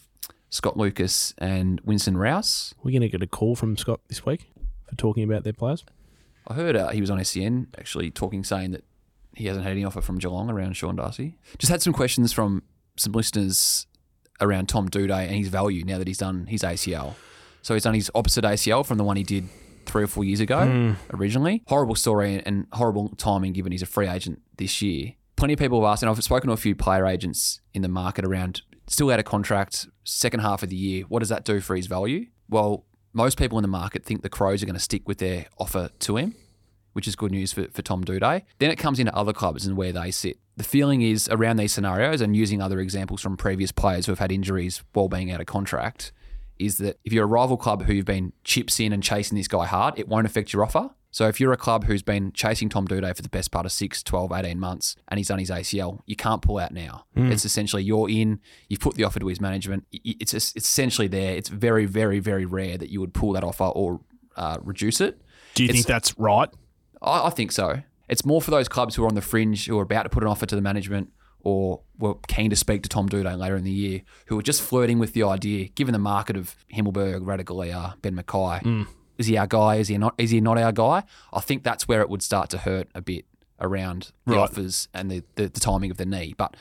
Scott Lucas and Winston Rouse.
We're going to get a call from Scott this week for talking about their players.
I heard uh, he was on SEN actually talking, saying that he hasn't had any offer from Geelong around Sean Darcy. Just had some questions from some listeners around Tom Duday and his value now that he's done his ACL. So he's done his opposite ACL from the one he did three or four years ago originally. Horrible story and, and horrible timing given he's a free agent this year. Plenty of people have asked, and I've spoken to a few player agents in the market around still out of contract, second half of the year. What does that do for his value? Well, most people in the market think the Crows are going to stick with their offer to him which is good news for, for Tom Duday. Then it comes into other clubs and where they sit. The feeling is around these scenarios and using other examples from previous players who have had injuries while being out of contract is that if you're a rival club who you've been chips in and chasing this guy hard, it won't affect your offer. So if you're a club who's been chasing Tom Duday for the best part of 6, 12, 18 months and he's done his ACL, you can't pull out now. It's essentially you're in, you've put the offer to his management. y- y- It's, it's essentially there. It's very, very, very rare that you would pull that offer or uh, reduce it.
Do you think that's right?
I, I think so. It's more for those clubs who are on the fringe, who are about to put an offer to the management, or were keen to speak to Tom Duday later in the year, who are just flirting with the idea, given the market of Himmelberg, Radaglia, Ben Mackay. Is he our guy? Is he not? Is he not our guy? I think that's where it would start to hurt a bit around the
Right.
offers and the, the, the timing of the knee. But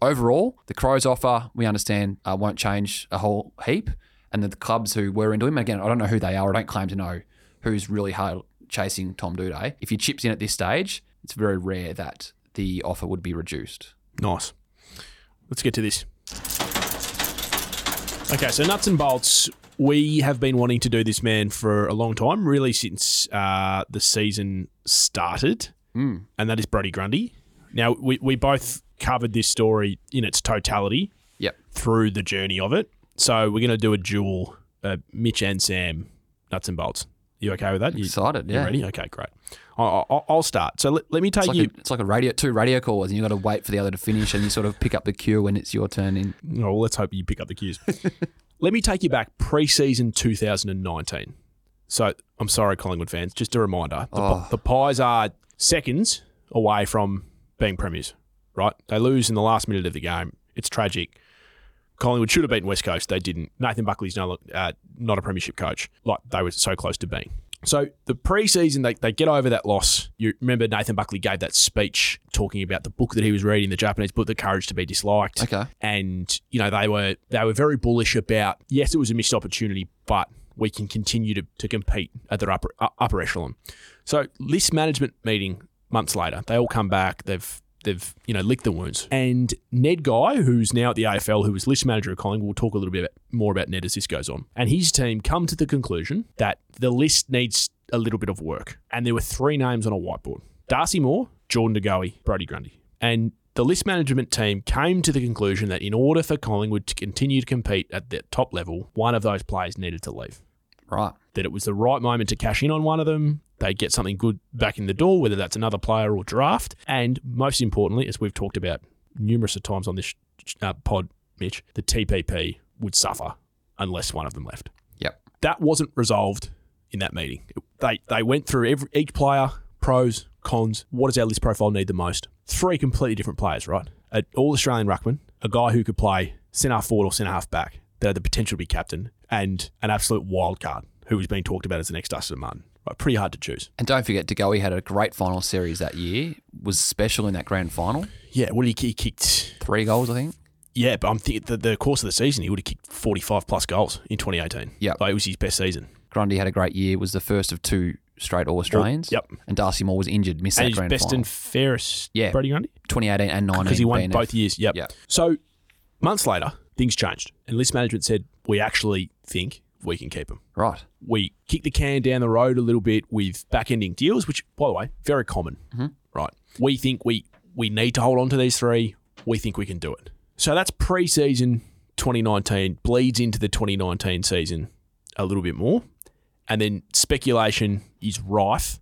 overall, the Crows offer we understand uh, won't change a whole heap, and the clubs who were into him again, I don't know who they are. I don't claim to know who's really hard chasing Tom Duday. If you chips in at this stage, it's very rare that the offer would be reduced.
Nice. Let's get to this. Okay, so nuts and bolts. We have been wanting to do this man for a long time, really since uh, the season started,
Mm.
and that is Brody Grundy. Now, we, we both covered this story in its totality
Yep.
through the journey of it. So we're going to do a duel, uh, Mitch and Sam, nuts and bolts. You okay with that? You,
Excited,
you
yeah.
ready? Okay, great. I, I, I'll start. So let, let me take
It's like,
you.
a, it's like a radio, two radio callers, and you got to wait for the other to finish, and you sort of pick up the cue when it's your turn. In
Oh, well, let's hope you pick up the cues. Let me take you back pre-season 2019. So I'm sorry, Collingwood fans. Just a reminder: the,
Oh.
the Pies are seconds away from being premiers. Right? They lose in the last minute of the game. It's tragic. Collingwood should have beaten West Coast. They didn't. Nathan Buckley's no, lo- uh, not a premiership coach. Like they were so close to being. So the preseason, they, they get over that loss. You remember Nathan Buckley gave that speech talking about the book that he was reading, the Japanese book, The Courage to Be Disliked.
Okay.
And you know they were they were very bullish about. Yes, it was a missed opportunity, but we can continue to, to compete at the upper uh, upper echelon. So list management meeting months later, they all come back. They've they've you know licked the wounds. And Ned Guy, who's now at the AFL, who was list manager of Collingwood, we'll talk a little bit about- more about Ned as this goes on. And his team come to the conclusion that the list needs a little bit of work. And there were three names on a whiteboard: Darcy Moore, Jordan DeGoey, Brody Grundy, and. The list management team came to the conclusion that in order for Collingwood to continue to compete at the top level, one of those players needed to leave
right,
that it was the right moment to cash in on one of them. They get something good back in the door, whether that's another player or draft. And most importantly, as we've talked about numerous of times on this sh- uh, pod, Mitch, the TPP would suffer unless one of them left.
yep,
That wasn't resolved in that meeting. They they went through every each player pros cons. What does our list profile need the most? Three completely different players, right? An all Australian ruckman, a guy who could play centre half forward or centre half back that had the potential to be captain, and an absolute wild card who who was being talked about as the next Dustin Martin. Right, pretty hard to choose.
And don't forget, De Goey had a great final series that year. Was special in that grand final.
Yeah, well, he, he kicked.
Three goals, I think.
Yeah, but I'm thinking the, the course of the season, he would have kicked 45 plus goals in 2018.
Yep.
Like, it was his best season.
Grundy had a great year. Was the first of two straight All Australians.
yep.
And Darcy Moore was injured, missed
and
that
his
grand
best
final.
and fairest,
Yeah.
Brady Grundy,
2018 and 19.
because he won
BNF.
both years. Yep.
Yeah.
So months later, things changed, and list management said, "We actually think we can keep him."
Right.
we kick the can down the road a little bit with back-ending deals, which, by the way, very common, right? We think we we need to hold on to these three. We think we can do it. So that's pre-season 2019 bleeds into the 2019 season a little bit more, and then speculation is rife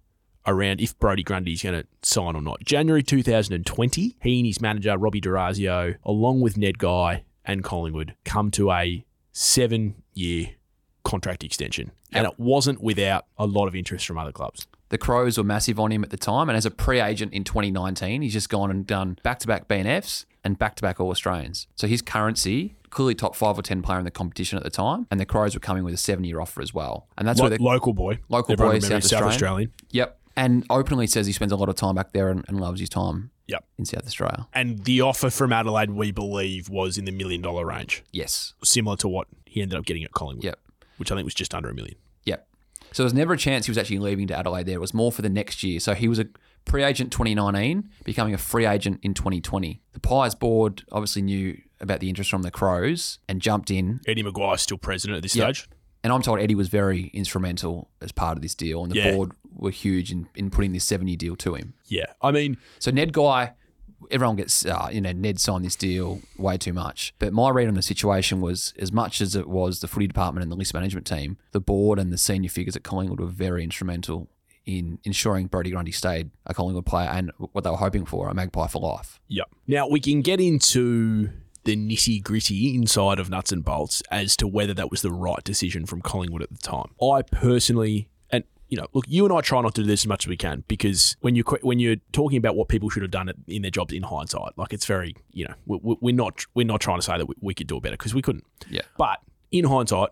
around if Brody Grundy is going to sign or not. January 2020, he and his manager Robbie Durazio, along with Ned Guy and Collingwood, come to a seven-year contract extension, and it wasn't without a lot of interest from other clubs.
The Crows were massive on him at the time, and as a pre-agent in 2019, he's just gone and done back-to-back BNFs and back-to-back All Australians. So his currency clearly top five or ten player in the competition at the time, and the Crows were coming with a seven-year offer as well. And that's
Lo-
where the
local boy,
Local
Everyone
boy,
remembers
South
South Australian.
Australian. yep, and openly says he spends a lot of time back there and, and loves his time
Yep.
in South Australia.
And the offer from Adelaide, we believe, was in the million dollar range,
Yes,
similar to what he ended up getting at Collingwood,
yep,
which I think was just under a million.
yep. So there was never a chance he was actually leaving to Adelaide. There it was more for the next year. So he was a pre-agent 2019, becoming a free agent in 2020. The Pies board obviously knew about the interest from the Crows and jumped in
Eddie McGuire's still president at this
Yep.
stage.
And I'm told Eddie was very instrumental as part of this deal, and the
Yeah.
board were huge in, in putting this seven year deal to him.
Yeah, I mean,
So Ned Guy, everyone gets, uh, you know, Ned signed this deal way too much. But my read on the situation was as much as it was the footy department and the list management team, the board and the senior figures at Collingwood were very instrumental in ensuring Brody Grundy stayed a Collingwood player and what they were hoping for, a magpie for life.
yeah. Now we can get into the nitty gritty inside of nuts and bolts as to whether that was the right decision from Collingwood at the time. I personally. and You know, look, you and I try not to do this as much as we can because when you when you're talking about what people should have done in their jobs in hindsight, like it's very, you know, we- we- we're not we're not trying to say that we- we could do it better because we couldn't.
Yeah.
But in hindsight,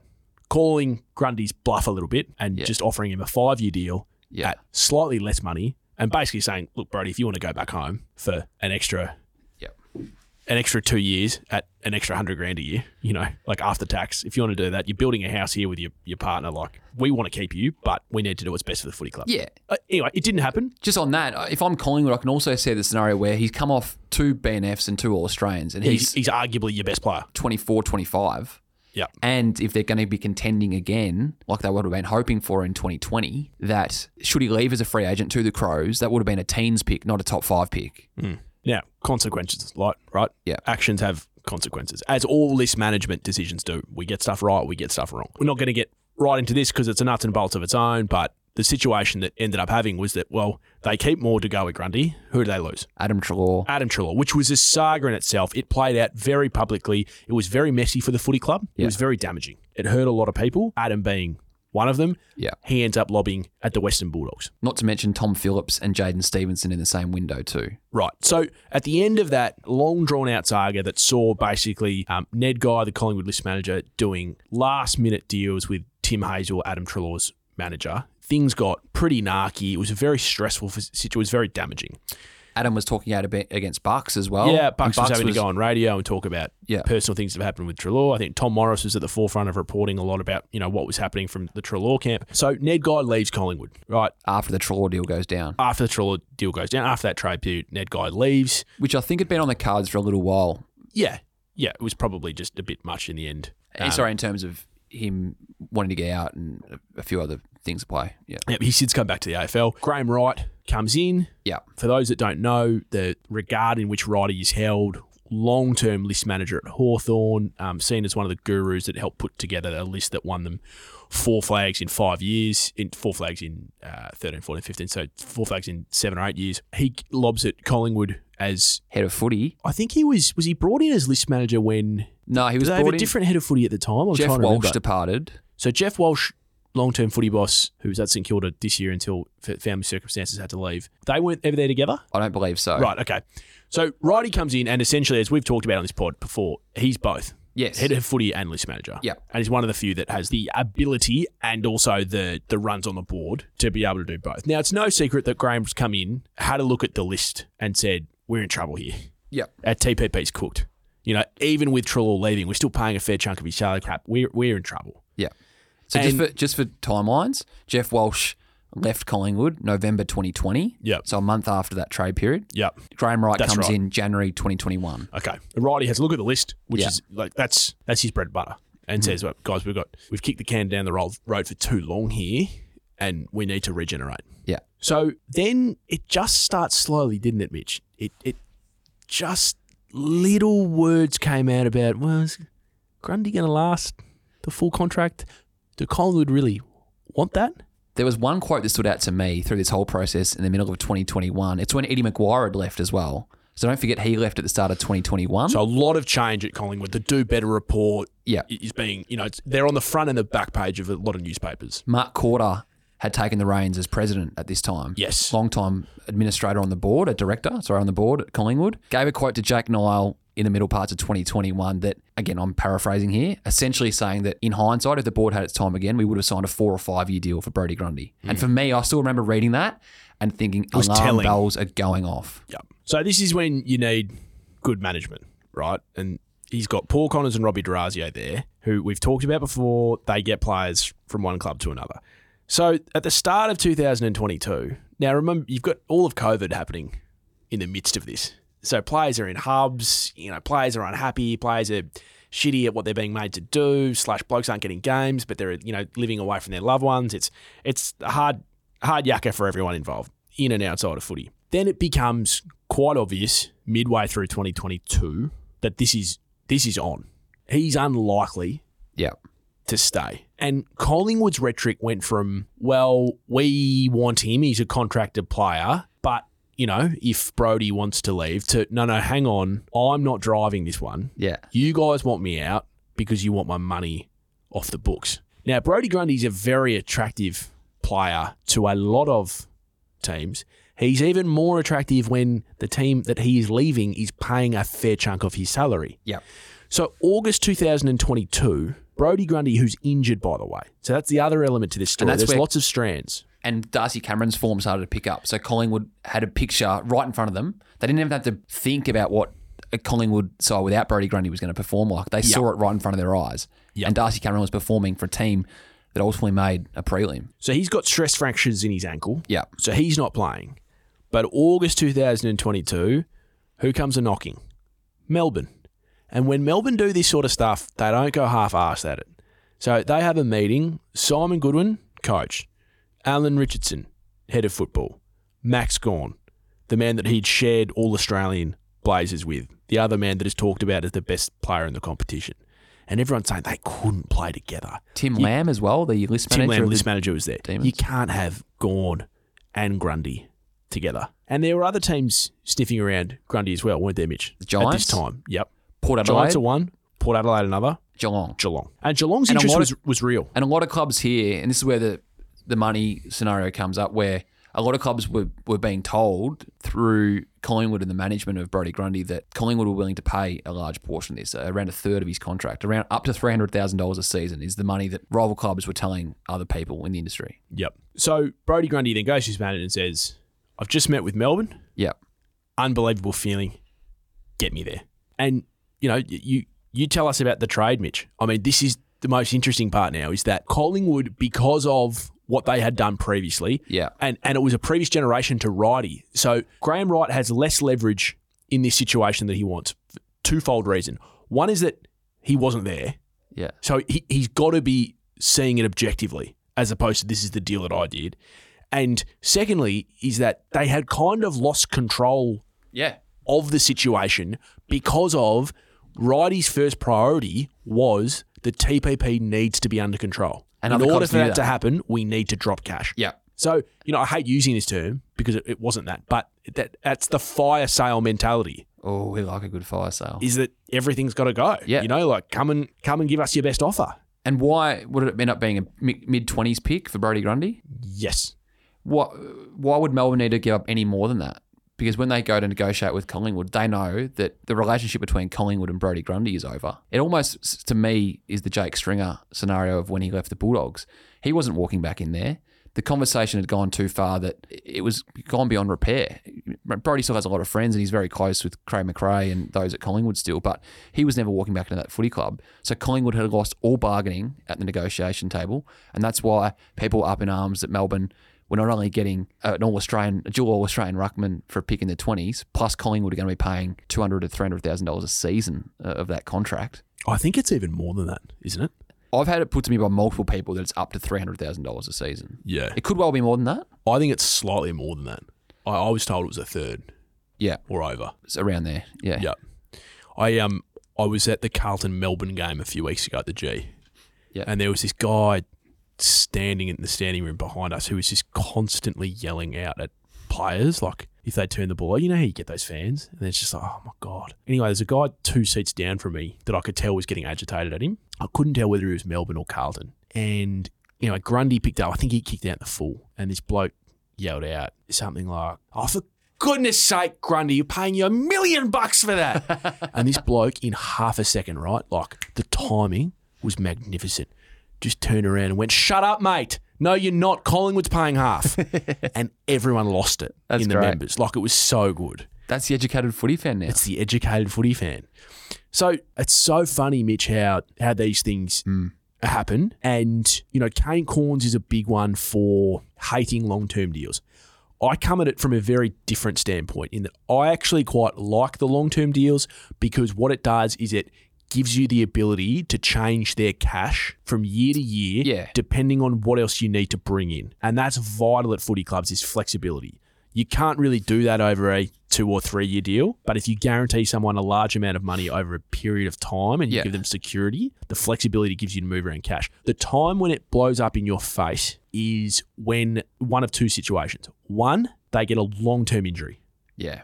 calling Grundy's bluff a little bit and
Yeah.
just offering him a five year deal
Yeah.
at slightly less money and basically saying, look, Brody, if you want to go back home for an extra
Yep.
an extra two years at an extra hundred grand a year, you know, like after tax, if you want to do that, you're building a house here with your, your partner, like we want to keep you, but we need to do what's best for the footy club.
Yeah.
Uh, anyway, it didn't happen.
just on that, if I'm Collingwood, I can also see the scenario where he's come off two BNFs and two All Australians, and
He's, he's arguably your best player.
24, 25.
Yeah.
And if they're going to be contending again, like they would have been hoping for in 2020, that should he leave as a free agent to the Crows, that would have been a teens pick, not a top five pick.
Mm. Now, consequences, like, right?
Yeah.
Actions have consequences, as all list management decisions do. We get stuff right, we get stuff wrong. We're not going to get right into this because it's a nuts and bolts of its own, but the situation that ended up having was that, well, they keep more to go with Grundy. Who do they lose?
Adam Trelaw.
Adam Trelaw, which was a saga in itself. It played out very publicly. It was very messy for the footy club. It
Yeah.
was very damaging. It hurt a lot of people, Adam being one of them.
Yeah.
He ends up lobbying at the Western Bulldogs.
Not to mention Tom Phillips and Jaden Stevenson in the same window, too.
Right. So at the end of that long drawn out saga that saw basically um, Ned Guy, the Collingwood list manager, doing last minute deals with Tim Hazel, Adam Trelaw's manager, things got pretty narky. It was a very stressful f- situation. It was very damaging.
Adam was talking out a bit against Bucks as well.
yeah,
Oh, And
Bucks, was having to go on radio and talk about
Yeah.
personal things that have happened with Trelaw. I think Tom Morris was at the forefront of reporting a lot about you know what was happening from the Trelaw camp. So Ned Guy leaves Collingwood, right?
After the Trelaw deal goes down.
After the Trelaw deal goes down, after that trade period, Ned Guy leaves.
Which I think had been on the cards for a little while.
Yeah, yeah, it was probably just a bit much in the end.
Eh, Sorry, in terms of him wanting to get out and a- a few other things to play. Yeah.
Yep, he since come back to the AFL. Graham Wright comes in.
Yeah.
For those that don't know, the regard in which Wright is held, long term list manager at Hawthorn, um, seen as one of the gurus that helped put together a list that won them four flags in five years, in four flags in uh, 13, 14, 15, so four flags in seven or eight years. He lobs at Collingwood as,
Head of footy.
I think he was, was he brought in as list manager when,
No, he
did
was
they have
brought
a
in.
different head of footy at the time? I'm
Jeff
trying to
Walsh
remember.
departed.
So Jeff Walsh, long-term footy boss, who was at St Kilda this year until f- family circumstances had to leave. They weren't ever there together,
I don't believe so.
right? Okay. So Righty comes in, and essentially, as we've talked about on this pod before, he's both.
Yes.
head of footy and list manager.
Yeah.
And he's one of the few that has the ability and also the the runs on the board to be able to do both. Now it's no secret that Graham's come in, had a look at the list and said, We're in trouble here.
Yeah.
Our TPP's cooked. You know, even with Trelaw leaving, we're still paying a fair chunk of his salary cap. We're we're in trouble.
Yeah. So just
And-
for just for timelines, Jeff Walsh left Collingwood November 2020.
Yep.
So a month after that trade period.
Yep.
Graham Wright
That's
comes
right.
in January 2021.
Okay. And Righty has a look at the list, which
Yeah.
is like that's that's his bread and butter, and says, well, guys, we've got we've kicked the can down the ro- road for too long here, and we need to regenerate.
Yeah.
So then it just starts slowly, didn't it, Mitch? It it just little words came out about well, is Grundy going to last the full contract? Do Collingwood really want that?
There was one quote that stood out to me through this whole process in the middle of 2021. It's when Eddie McGuire had left as well. So don't forget he left at the start of 2021.
So a lot of change at Collingwood. The Do Better report
yeah.
is being, you know, it's, they're on the front and the back page of a lot of newspapers.
Mark Corder had taken the reins as president at this time.
Yes.
Long time administrator on the board, a director, sorry, on the board at Collingwood. Gave a quote to Jack Nile in the middle parts of 2021 that, again, I'm paraphrasing here, essentially saying that in hindsight, if the board had its time again, we would have signed a four or five year deal for Brody Grundy. And for me, I still remember reading that and thinking
Hmm. was
alarm
telling.
bells are going off.
Yeah. So this is when you need good management, right? And he's got Paul Connors and Robbie Durazio there, who we've talked about before. They get players from one club to another. So at the start of 2022, now remember you've got all of COVID happening in the midst of this. So players are in hubs, you know, players are unhappy, players are shitty at what they're being made to do, slash blokes aren't getting games, but they're, you know, living away from their loved ones. It's it's a hard hard yakka for everyone involved, in and outside of footy. Then it becomes quite obvious midway through 2022 that this is this is on. He's unlikely
Yeah.
to stay. And Collingwood's rhetoric went from, well, we want him, he's a contracted player, but, you know, if Brody wants to leave, to, no, no, hang on, I'm not driving this one.
Yeah.
You guys want me out because you want my money off the books. Now, Brody Grundy's a very attractive player to a lot of teams. He's even more attractive when the team that he is leaving is paying a fair chunk of his salary.
Yeah.
So August 2022, Brody Grundy, who's injured, by the way. So that's the other element to this story.
that's
There's
where-
lots of strands.
and Darcy Cameron's form started to pick up. So Collingwood had a picture right in front of them. They didn't even have to think about what a Collingwood side without Brody Grundy was going to perform like. They saw it right in front of their eyes. And Darcy Cameron was performing for a team that ultimately made a prelim.
So he's got stress fractures in his ankle.
Yeah.
So he's not playing. But August 2022, who comes a knocking? Melbourne. And when Melbourne do this sort of stuff, they don't go half assed at it. So they have a meeting. Simon Goodwin, coach. Alan Richardson, head of football. Max Gorn, the man that he'd shared all Australian Blazers with. The other man that is talked about as the best player in the competition. And everyone's saying they couldn't play together.
Tim Lamb as well, the list
Tim
manager.
Lamb,
of the-
list manager, was there.
Demons.
You can't have Gorn and Grundy together. And there were other teams sniffing around Grundy as well, weren't there, Mitch?
The
At this
Giants?
time, yep.
Port
Giants
Adelaide,
are one, Port Adelaide another,
Geelong.
Geelong. And Geelong's
And a
interest
lot
was, was real.
And a lot of clubs here, and this is where the the money scenario comes up, where a lot of clubs were, were being told through Collingwood and the management of Brody Grundy that Collingwood were willing to pay a large portion of this, uh, around a third of his contract, around up to three hundred thousand dollars a season is the money that rival clubs were telling other people in the industry.
Yep. So Brody Grundy then goes to his manager and says, I've just met with Melbourne.
Yeah,
Unbelievable feeling. Get me there. And, you know, y- you you tell us about the trade, Mitch. I mean, this is the most interesting part now is that Collingwood, because of what they had done previously,
yeah,
and and it was a previous generation to righty. So Graham Wright has less leverage in this situation that he wants. for Twofold reason: one is that he wasn't there,
yeah,
so he, he's got to be seeing it objectively, as opposed to this is the deal that I did. And secondly, is that they had kind of lost control
yeah,
of the situation because of righty's first priority was the TPP needs to be under control.
And
in
other
order
clubs
for
knew
that to
that.
happen, we need to drop cash.
yeah.
So, you know, I hate using this term because it, it wasn't that, but that that's the fire sale mentality
Oh, we like a good fire sale.
is that everything's got to go.
Yeah.
You know, like come and come and give us your best offer.
And why would it end up being a mid twenties pick for Brody Grundy?
Yes.
What? Why would Melbourne need to give up any more than that? Because when they go to negotiate with Collingwood, they know that the relationship between Collingwood and Brody Grundy is over. It almost, s- to me, is the Jake Stringer scenario of when he left the Bulldogs. He wasn't walking back in there. The conversation had gone too far that it was gone beyond repair. Brody still has a lot of friends and he's very close with Craig McRae and those at Collingwood still, but he was never walking back into that footy club. So Collingwood had lost all bargaining at the negotiation table. And that's why people are up in arms that Melbourne we're not only getting uh, an all Australian, a dual all Australian ruckman for a pick in the twenties, plus Collingwood are going to be paying two hundred to three hundred thousand dollars a season uh, of that contract.
I think it's even more than that, isn't it?
I've had it put to me by multiple people that it's up to three hundred thousand dollars a season.
Yeah.
It could well be more than that.
I think it's slightly more than that. I, I was told it was a third
Yeah,
or over.
it's around there. Yeah,
Yeah. I um I was at the Carlton Melbourne game a few weeks ago at the G.
Yeah.
And there was this guy standing in the standing room behind us who was just constantly yelling out at players like if they turn the ball, over, you know how you get those fans, and it's just like, oh my god. Anyway, there's a guy two seats down from me that I could tell was getting agitated at him. I couldn't tell whether he was Melbourne or Carlton. And you know, Grundy picked up. I think he kicked out the full, and this bloke yelled out something like, "Oh, for goodness sake, Grundy, you're paying you a million bucks for that!" and this bloke, in half a second, right, like the timing was magnificent, just turned around and went, "Shut up, mate." No, you're not. Collingwood's paying half, and everyone lost it
That's
in the
great.
members. Like it was so good.
that's the educated footy fan now.
It's the educated footy fan. So it's so funny, Mitch, how how these things happen. And you know, Kane Corns is a big one for hating long term deals. I come at it from a very different standpoint in that I actually quite like the long term deals because what it does is it gives you the ability to change their cash from year to year
Yeah.
depending on what else you need to bring in. And that's vital at footy clubs is flexibility. You can't really do that over a two or three year deal, but if you guarantee someone a large amount of money over a period of time and you
Yeah.
give them security, the flexibility gives you to move around cash. The time when it blows up in your face is when one of two situations. One, they get a long term injury.
yeah,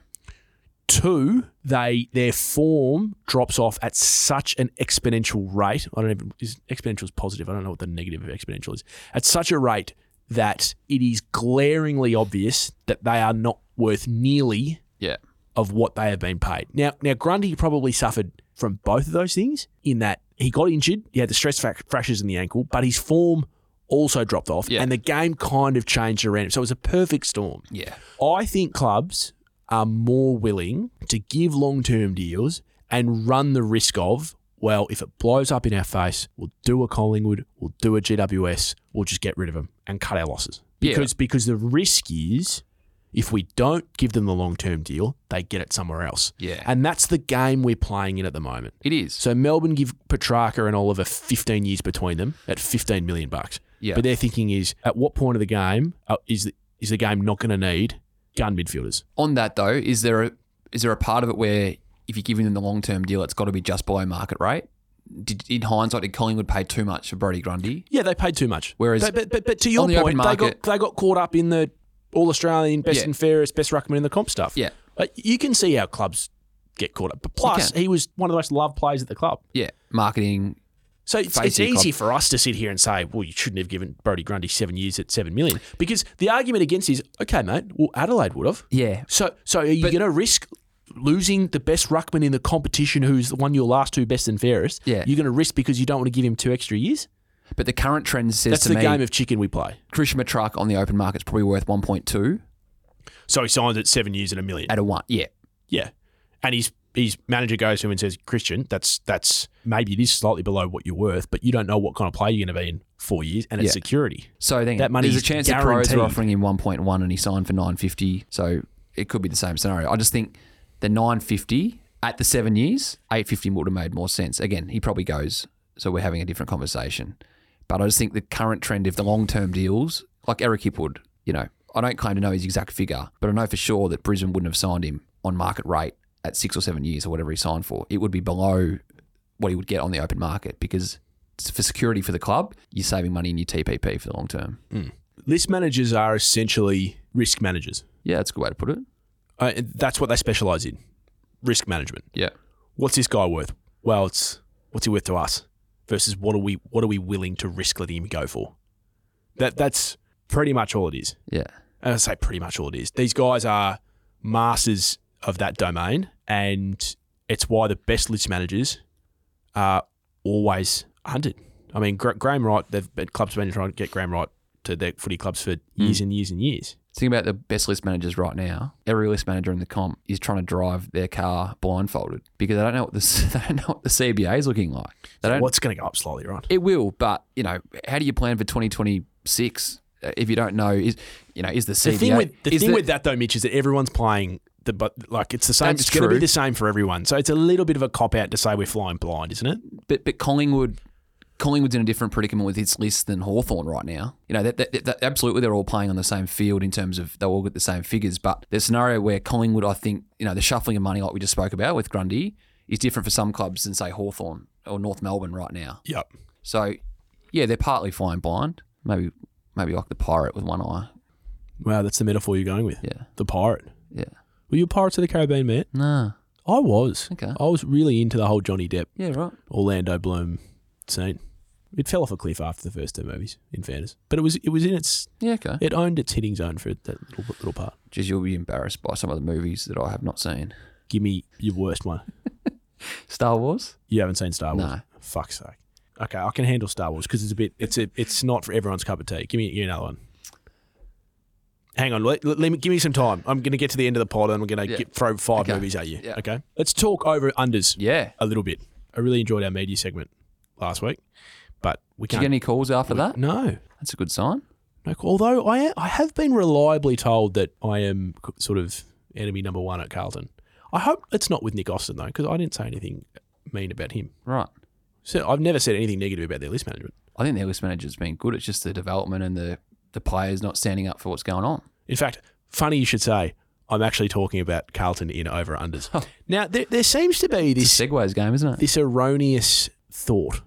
Two, they their form drops off at such an exponential rate. I don't even is exponential is positive. I don't know what the negative of exponential is. At such a rate that it is glaringly obvious that they are not worth nearly
yeah,
of what they have been paid. Now, now Grundy probably suffered from both of those things in that he got injured, he had the stress frac- fractures in the ankle, but his form also dropped off,
Yeah.
and the game kind of changed around him. So it was a perfect storm.
yeah.
I think clubs are more willing to give long term deals and run the risk of, well, if it blows up in our face, we'll do a Collingwood, we'll do a GWS, we'll just get rid of them and cut our losses.
Yeah.
Because because the risk is if we don't give them the long term deal, they get it somewhere else.
Yeah.
And that's the game we're playing in at the moment.
It is.
So Melbourne give Petrarca and Oliver 15 years between them at 15 million bucks.
Yeah.
But their thinking is at what point of the game uh, is the, is the game not going to need gun midfielders?
On that though, is there a is there a part of it where if you're giving them the long term deal, it's got to be just below market rate? Did, in hindsight, did Collingwood pay too much for Brody Grundy?
Yeah, they paid too much.
Whereas-
but, but, but, but to your
On the
point,
open
they got
market-
they got caught up in the all Australian best
Yeah.
and fairest, best ruckman in the comp stuff.
Yeah.
But you can see how clubs get caught up. But plus,
can.
he was one of the most loved players at the club.
Yeah, marketing.
So it's,
Face
it's
your
easy for us to sit here and say, well, you shouldn't have given Brody Grundy seven years at seven million. Because the argument against is, okay, mate, well, Adelaide would have.
Yeah,
So, so are you going to risk losing the best ruckman in the competition, who's won your last two best and fairest?
Yeah.
you're going to risk because you don't want to give him two extra years.
but the current trend says
That's
to
the
me,
game of chicken we play.
Christian Matrak on the open market's probably worth 1.2
So he signs at seven years and a million.
at a one. Yeah,
yeah, and his his manager goes to him and says, "Christian, that's that's maybe it is slightly below what you're worth, but you don't know what kind of player you're going to be in four years, and it's
Yeah.
security."
so then
That money's
there's a chance the pros
guaranteed.
are offering him 1.1 and he signed for 950. So it could be the same scenario. I just think the 950 at the seven years, 850 would have made more sense. Again, he probably goes. So we're having a different conversation. But I just think the current trend of the long term deals, like Eric Hipwood, you know, I don't claim to know his exact figure, but I know for sure that Brisbane wouldn't have signed him on market rate at six or seven years or whatever he signed for. It would be below what he would get on the open market because it's for security for the club, you're saving money in your TPP for the long term.
List managers are essentially risk managers.
Yeah, that's a good way to put it.
Uh, that's what they specialize in: risk management.
Yeah.
what's this guy worth? Well, it's what's he worth to us versus what are we what are we willing to risk letting him go for? That that's pretty much all it is.
Yeah.
And I say pretty much all it is. These guys are masters of that domain, and it's why the best list managers are always hunted. I mean, Gra- Graham Wright, they've been, clubs been trying to get Graham Wright to their footy clubs for years and years and years.
Think about the best list managers right now. Every list manager in the comp is trying to drive their car blindfolded because they don't know what the they don't know what the CBA is looking like. They don't.
Well, it's going to go up slowly, right?
It will, but you know, how do you plan for 2026 uh, if you don't know? Is you know is the CBA
The thing with the
is
thing with that though, Mitch, is that everyone's playing the but like it's the same.
That's
it's going to
true.
be the same for everyone. So it's a little bit of a cop out to say we're flying blind, isn't it?
but but Collingwood. Collingwood's in a different predicament with its list than Hawthorn right now. You know, that, that, that- absolutely they're all playing on the same field in terms of they'll all get the same figures. But the scenario where Collingwood, I think, you know, the shuffling of money like we just spoke about with Grundy is different for some clubs than, say, Hawthorn or North Melbourne right now.
Yep.
So, yeah, they're partly flying blind. Maybe maybe like the pirate with one eye.
Wow, that's the metaphor you're going with.
Yeah.
The pirate.
Yeah.
Were you a Pirates of the Caribbean man?
Nah.
I was.
Okay.
I was really into the whole Johnny Depp,
Yeah, right.
Orlando Bloom scene. It fell off a cliff after the first two movies, in fairness. But it was it was in its
Yeah, okay.
it owned its hitting zone for that little little part.
Geez, you'll be embarrassed by some of the movies that I have not seen.
Give me your worst one.
Star Wars?
You haven't seen Star Wars?
No.
Fuck's sake. Okay, I can handle Star Wars because it's a bit. It's a. It's not for everyone's cup of tea. Give me, give me another one. Hang on. Let, let, let me give me some time. I'm going to get to the end of the pod and I'm going to
Yeah.
throw five
Okay.
movies at you.
Yeah.
Okay. Let's talk over unders
Yeah.
a little bit. I really enjoyed our media segment last week, but we
Did you
can't.
get any calls after that?
no.
That's a good sign.
No. Although I I have been reliably told that I am c- sort of enemy number one at Carlton. I hope it's not with Nick Austin though, because I didn't say anything mean about him.
Right.
So I've never said anything negative about their list management.
I think their list manager's been good. It's just the development and the, the players not standing up for what's going on.
In fact, funny you should say, I'm actually talking about Carlton in over unders. Now there, there seems to be
It's
this
a Segways game, isn't it?
this erroneous thought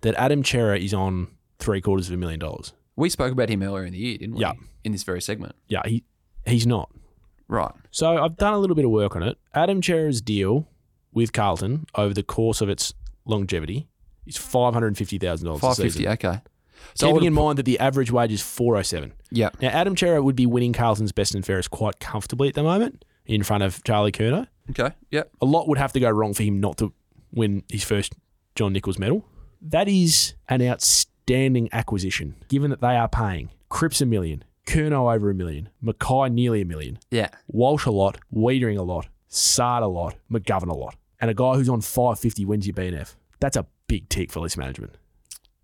that Adam Chera is on three quarters of a million dollars.
We spoke about him earlier in the year, didn't we?
Yeah.
In this very segment.
Yeah, he he's not.
Right.
So I've done a little bit of work on it. Adam Chera's deal with Carlton over the course of its longevity is five hundred and fifty thousand dollars.
Five fifty, okay. So I
Keeping
would've-
in mind that the average wage is four oh seven.
Yeah.
Now, Adam Chera would be winning Carlton's best and fairest quite comfortably at the moment in front of Charlie Curno.
Okay. Yeah.
A lot would have to go wrong for him not to win his first John Nichols medal. That is an outstanding acquisition, given that they are paying Cripps a million, Curno over a million, Mackay nearly a million,
Yeah.
Walsh a lot, Wiedering a lot, Sard a lot, McGovern a lot, and a guy who's on 550 wins your BNF. That's a big tick for list management.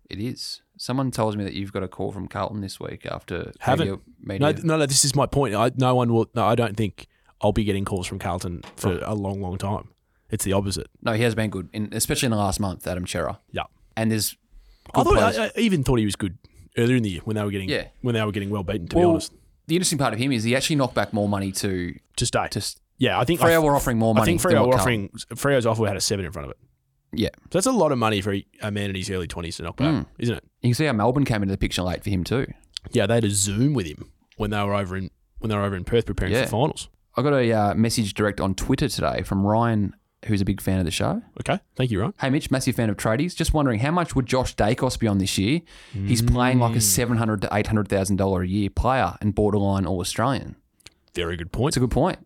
It is. Someone tells me that you've got a call from Carlton this week after
Haven't.
media. media.
No, no, no. This is my point. I, no one will. No, I don't think I'll be getting calls from Carlton for a long, long time. It's the opposite.
No, he has been good, in, especially in the last month, Adam Chera.
Yeah.
And there's
I
good
thought. uh,
players.
I, I even thought he was good earlier in the year when they were getting.
Yeah.
When they were getting well beaten. To be
Well,
honest,
the interesting part of him is he actually knocked back more money to
to stay.
just
yeah, I think. I,
Freo were offering more money.
I think
than
Freo
what
were
Carlton-
offering. Freo's offer had a seven in front of it.
Yeah,
So that's a lot of money for a man in his early twenties to knock back, isn't it?
you can see how Melbourne came into the picture late for him too.
Yeah, they had a Zoom with him when they were over in when they were over in Perth preparing
Yeah.
for finals.
I got a uh, message direct on Twitter today from Ryan, who's a big fan of the show.
Okay, thank you, Ryan.
Hey Mitch, massive fan of tradies. Just wondering how much would Josh Dacos be on this year? He's playing
Mm.
like a seven hundred to eight hundred thousand dollar a year player and borderline all Australian.
Very good point.
It's a good point.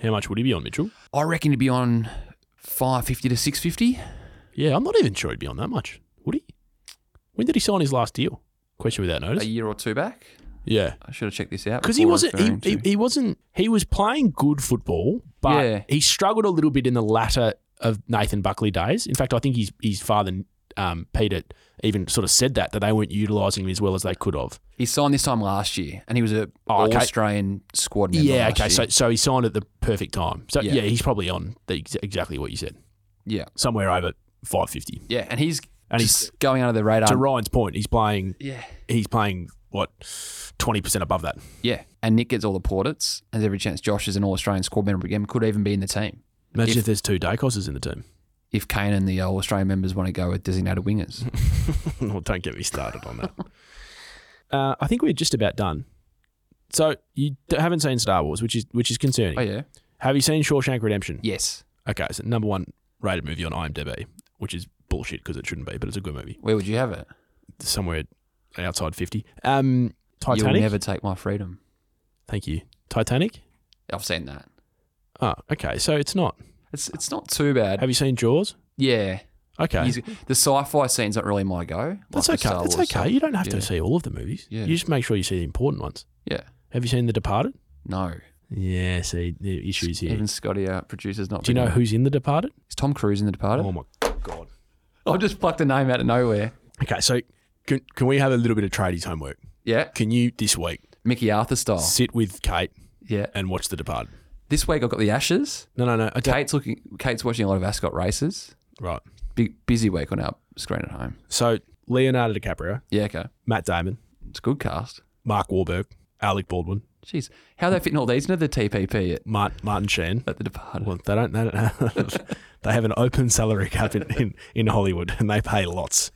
How much would he be on, Mitchell?
I reckon he'd be on five fifty to six fifty.
Yeah, I'm not even sure he'd be on that much. Would he? When did he sign his last deal? Question without
a
notice.
year or two back.
Yeah,
I should have checked this out
because he
before
wasn't.
referring
He, he,
to-
he wasn't. He was playing good football, but
Yeah.
he struggled a little bit in the latter of Nathan Buckley days. In fact, I think his his father, um, Peter, even sort of said that that they weren't utilising him as well as they could have.
He signed this time last year, and he was a
Oh, okay.
All Australian squad member.
Yeah.
last
Okay. So
year.
so he signed at the perfect time. So yeah,
Yeah.
he's probably on the, ex- exactly what you said.
yeah,
Somewhere over 550.
yeah, and he's
And
just
he's-
going under the radar.
To Ryan's point, he's playing.
yeah,
He's playing what 20% above that.
yeah, and Nick gets all the plaudits. Has every chance Josh is an All Australian squad member again. Could even be in the team
Imagine if,
If-
there's two Dacoses in the team.
if Kane and the All Australian members want to go with designated wingers.
well, don't get me started on that. uh, I think we're just about done. So you d- haven't seen Star Wars, which is which is concerning.
oh yeah,
Have you seen Shawshank Redemption?
yes.
Okay, it's the number one rated movie on IMDb, which is bullshit because it shouldn't be, but it's a good movie.
Where would you have it?
Somewhere outside fifty. Um,
You'll
Titanic.
never take my freedom.
Thank you. Titanic.
I've seen that.
Oh, okay. So it's not.
It's it's not too bad.
Have you seen Jaws?
yeah,
Okay.
He's- the sci-fi scene's not really my go.
That's
like the
okay.
Star
That's okay.
Wars stuff.
You don't have
Yeah.
to see all of the movies.
Yeah.
You just make sure you see the important ones.
Yeah,
Have you seen The Departed?
no.
Yeah, see, the issues here.
Even Scotty, our producer's not.
Do you
big
know
on-
who's in The Departed?
Is Tom Cruise in The Departed?
Oh my God. Oh.
I've just plucked a name out of nowhere.
Okay, so can, can we have a little bit of tradies homework?
Yeah,
Can you this week
Mickey Arthur style.
sit with Kate
Yeah.
and watch The Departed?
This week I've got the Ashes.
No, no, no. I don't-
Kate's looking. Kate's watching a lot of Ascot races.
Right.
Big busy week on our screen at home.
So Leonardo DiCaprio,
Yeah, okay.
Matt Damon,
It's a good cast.
Mark Wahlberg, Alec Baldwin,
Jeez, how are they fitting all these into the TPP at,
Mart, Martin Sheen.
at the Departed?
Well, they don't. They, don't have, they have an open salary cap in, in, in Hollywood, and they pay lots.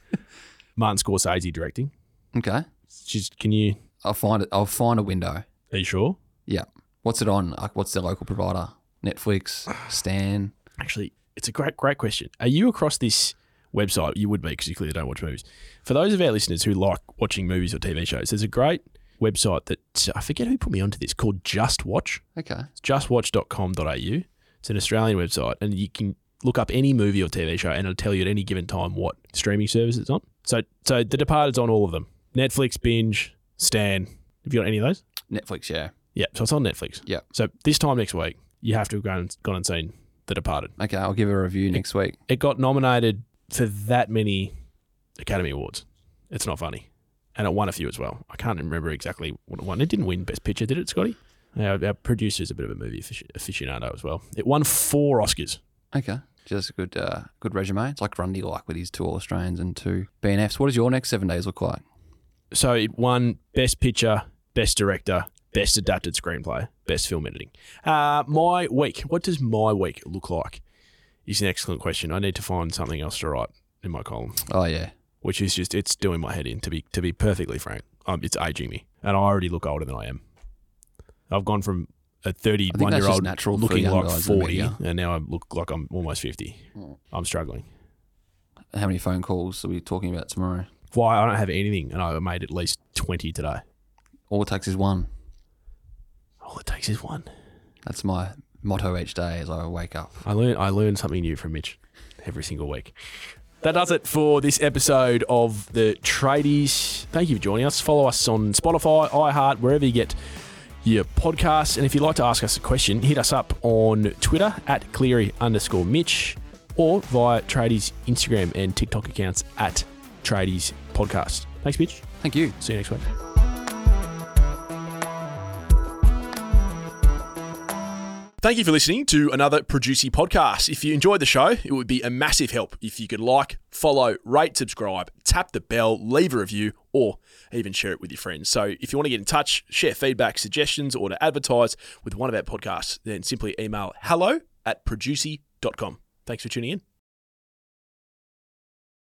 Martin Scorsese directing.
Okay,
Just, can you?
I'll find it. I'll find a window.
Are you sure?
Yeah. What's it on? Like, what's their local provider? Netflix, Stan.
Actually, it's a great, great question. Are you across this website? You would be because you clearly don't watch movies. For those of our listeners who like watching movies or TV shows, there's a great website that I forget who put me onto this called Just Watch.
Okay.
It's justwatch.com.au. It's an Australian website, and you can look up any movie or TV show, and it'll tell you at any given time what streaming service it's on. So, so The Departed's on all of them: Netflix, Binge, Stan. Have you got any of those?
Netflix. Yeah.
Yeah, so it's on Netflix.
Yeah.
So this time next week, you have to have gone and, gone and seen The Departed.
Okay. I'll give it a review next week.
It got nominated for that many Academy Awards. It's not funny, and it won a few as well. I can't remember exactly what it won. It didn't win Best Picture, did it, Scotty? Our, our producer's a bit of a movie afici- aficionado as well. It won four Oscars.
Okay. Just a good, uh, good resume. It's like Grundy, like with his two All Australians and two BNFs. What does your next seven days look like?
So it won Best Picture, Best Director, Best Adapted Screenplay, Best Film Editing. Uh, my week. What does my week look like? Is an excellent question. I need to find something else to write in my column,
Oh yeah.
which is just it's doing my head in. To be to be perfectly frank, um, it's aging me, and I already look older than I am. I've gone from a
I think
thirty-one
that's
year
just
old
natural for
looking
young
like
guys in the
forty,
media.
and now I look like I'm almost fifty.
Hmm.
I'm struggling.
How many phone calls are we talking about tomorrow?
Why I don't have anything, and I made at least twenty today.
All it takes is one.
All it takes is one.
That's my motto each day as I wake up.
I learn I learn something new from Mitch every single week. That does it for this episode of the Tradies. Thank you for joining us. Follow us on Spotify, iHeart, wherever you get your podcasts. And if you'd like to ask us a question, hit us up on Twitter at Cleary underscore Mitch or via Tradies Instagram and TikTok accounts at Tradies Podcast. Thanks, Mitch.
Thank you.
See you next week. Thank you for listening to another Producy podcast. If you enjoyed the show, it would be a massive help if you could like, follow, rate, subscribe, tap the bell, leave a review, or even share it with your friends. So if you want to get in touch, share feedback, suggestions, or to advertise with one of our podcasts, then simply email hello at producy.com. Thanks for tuning in.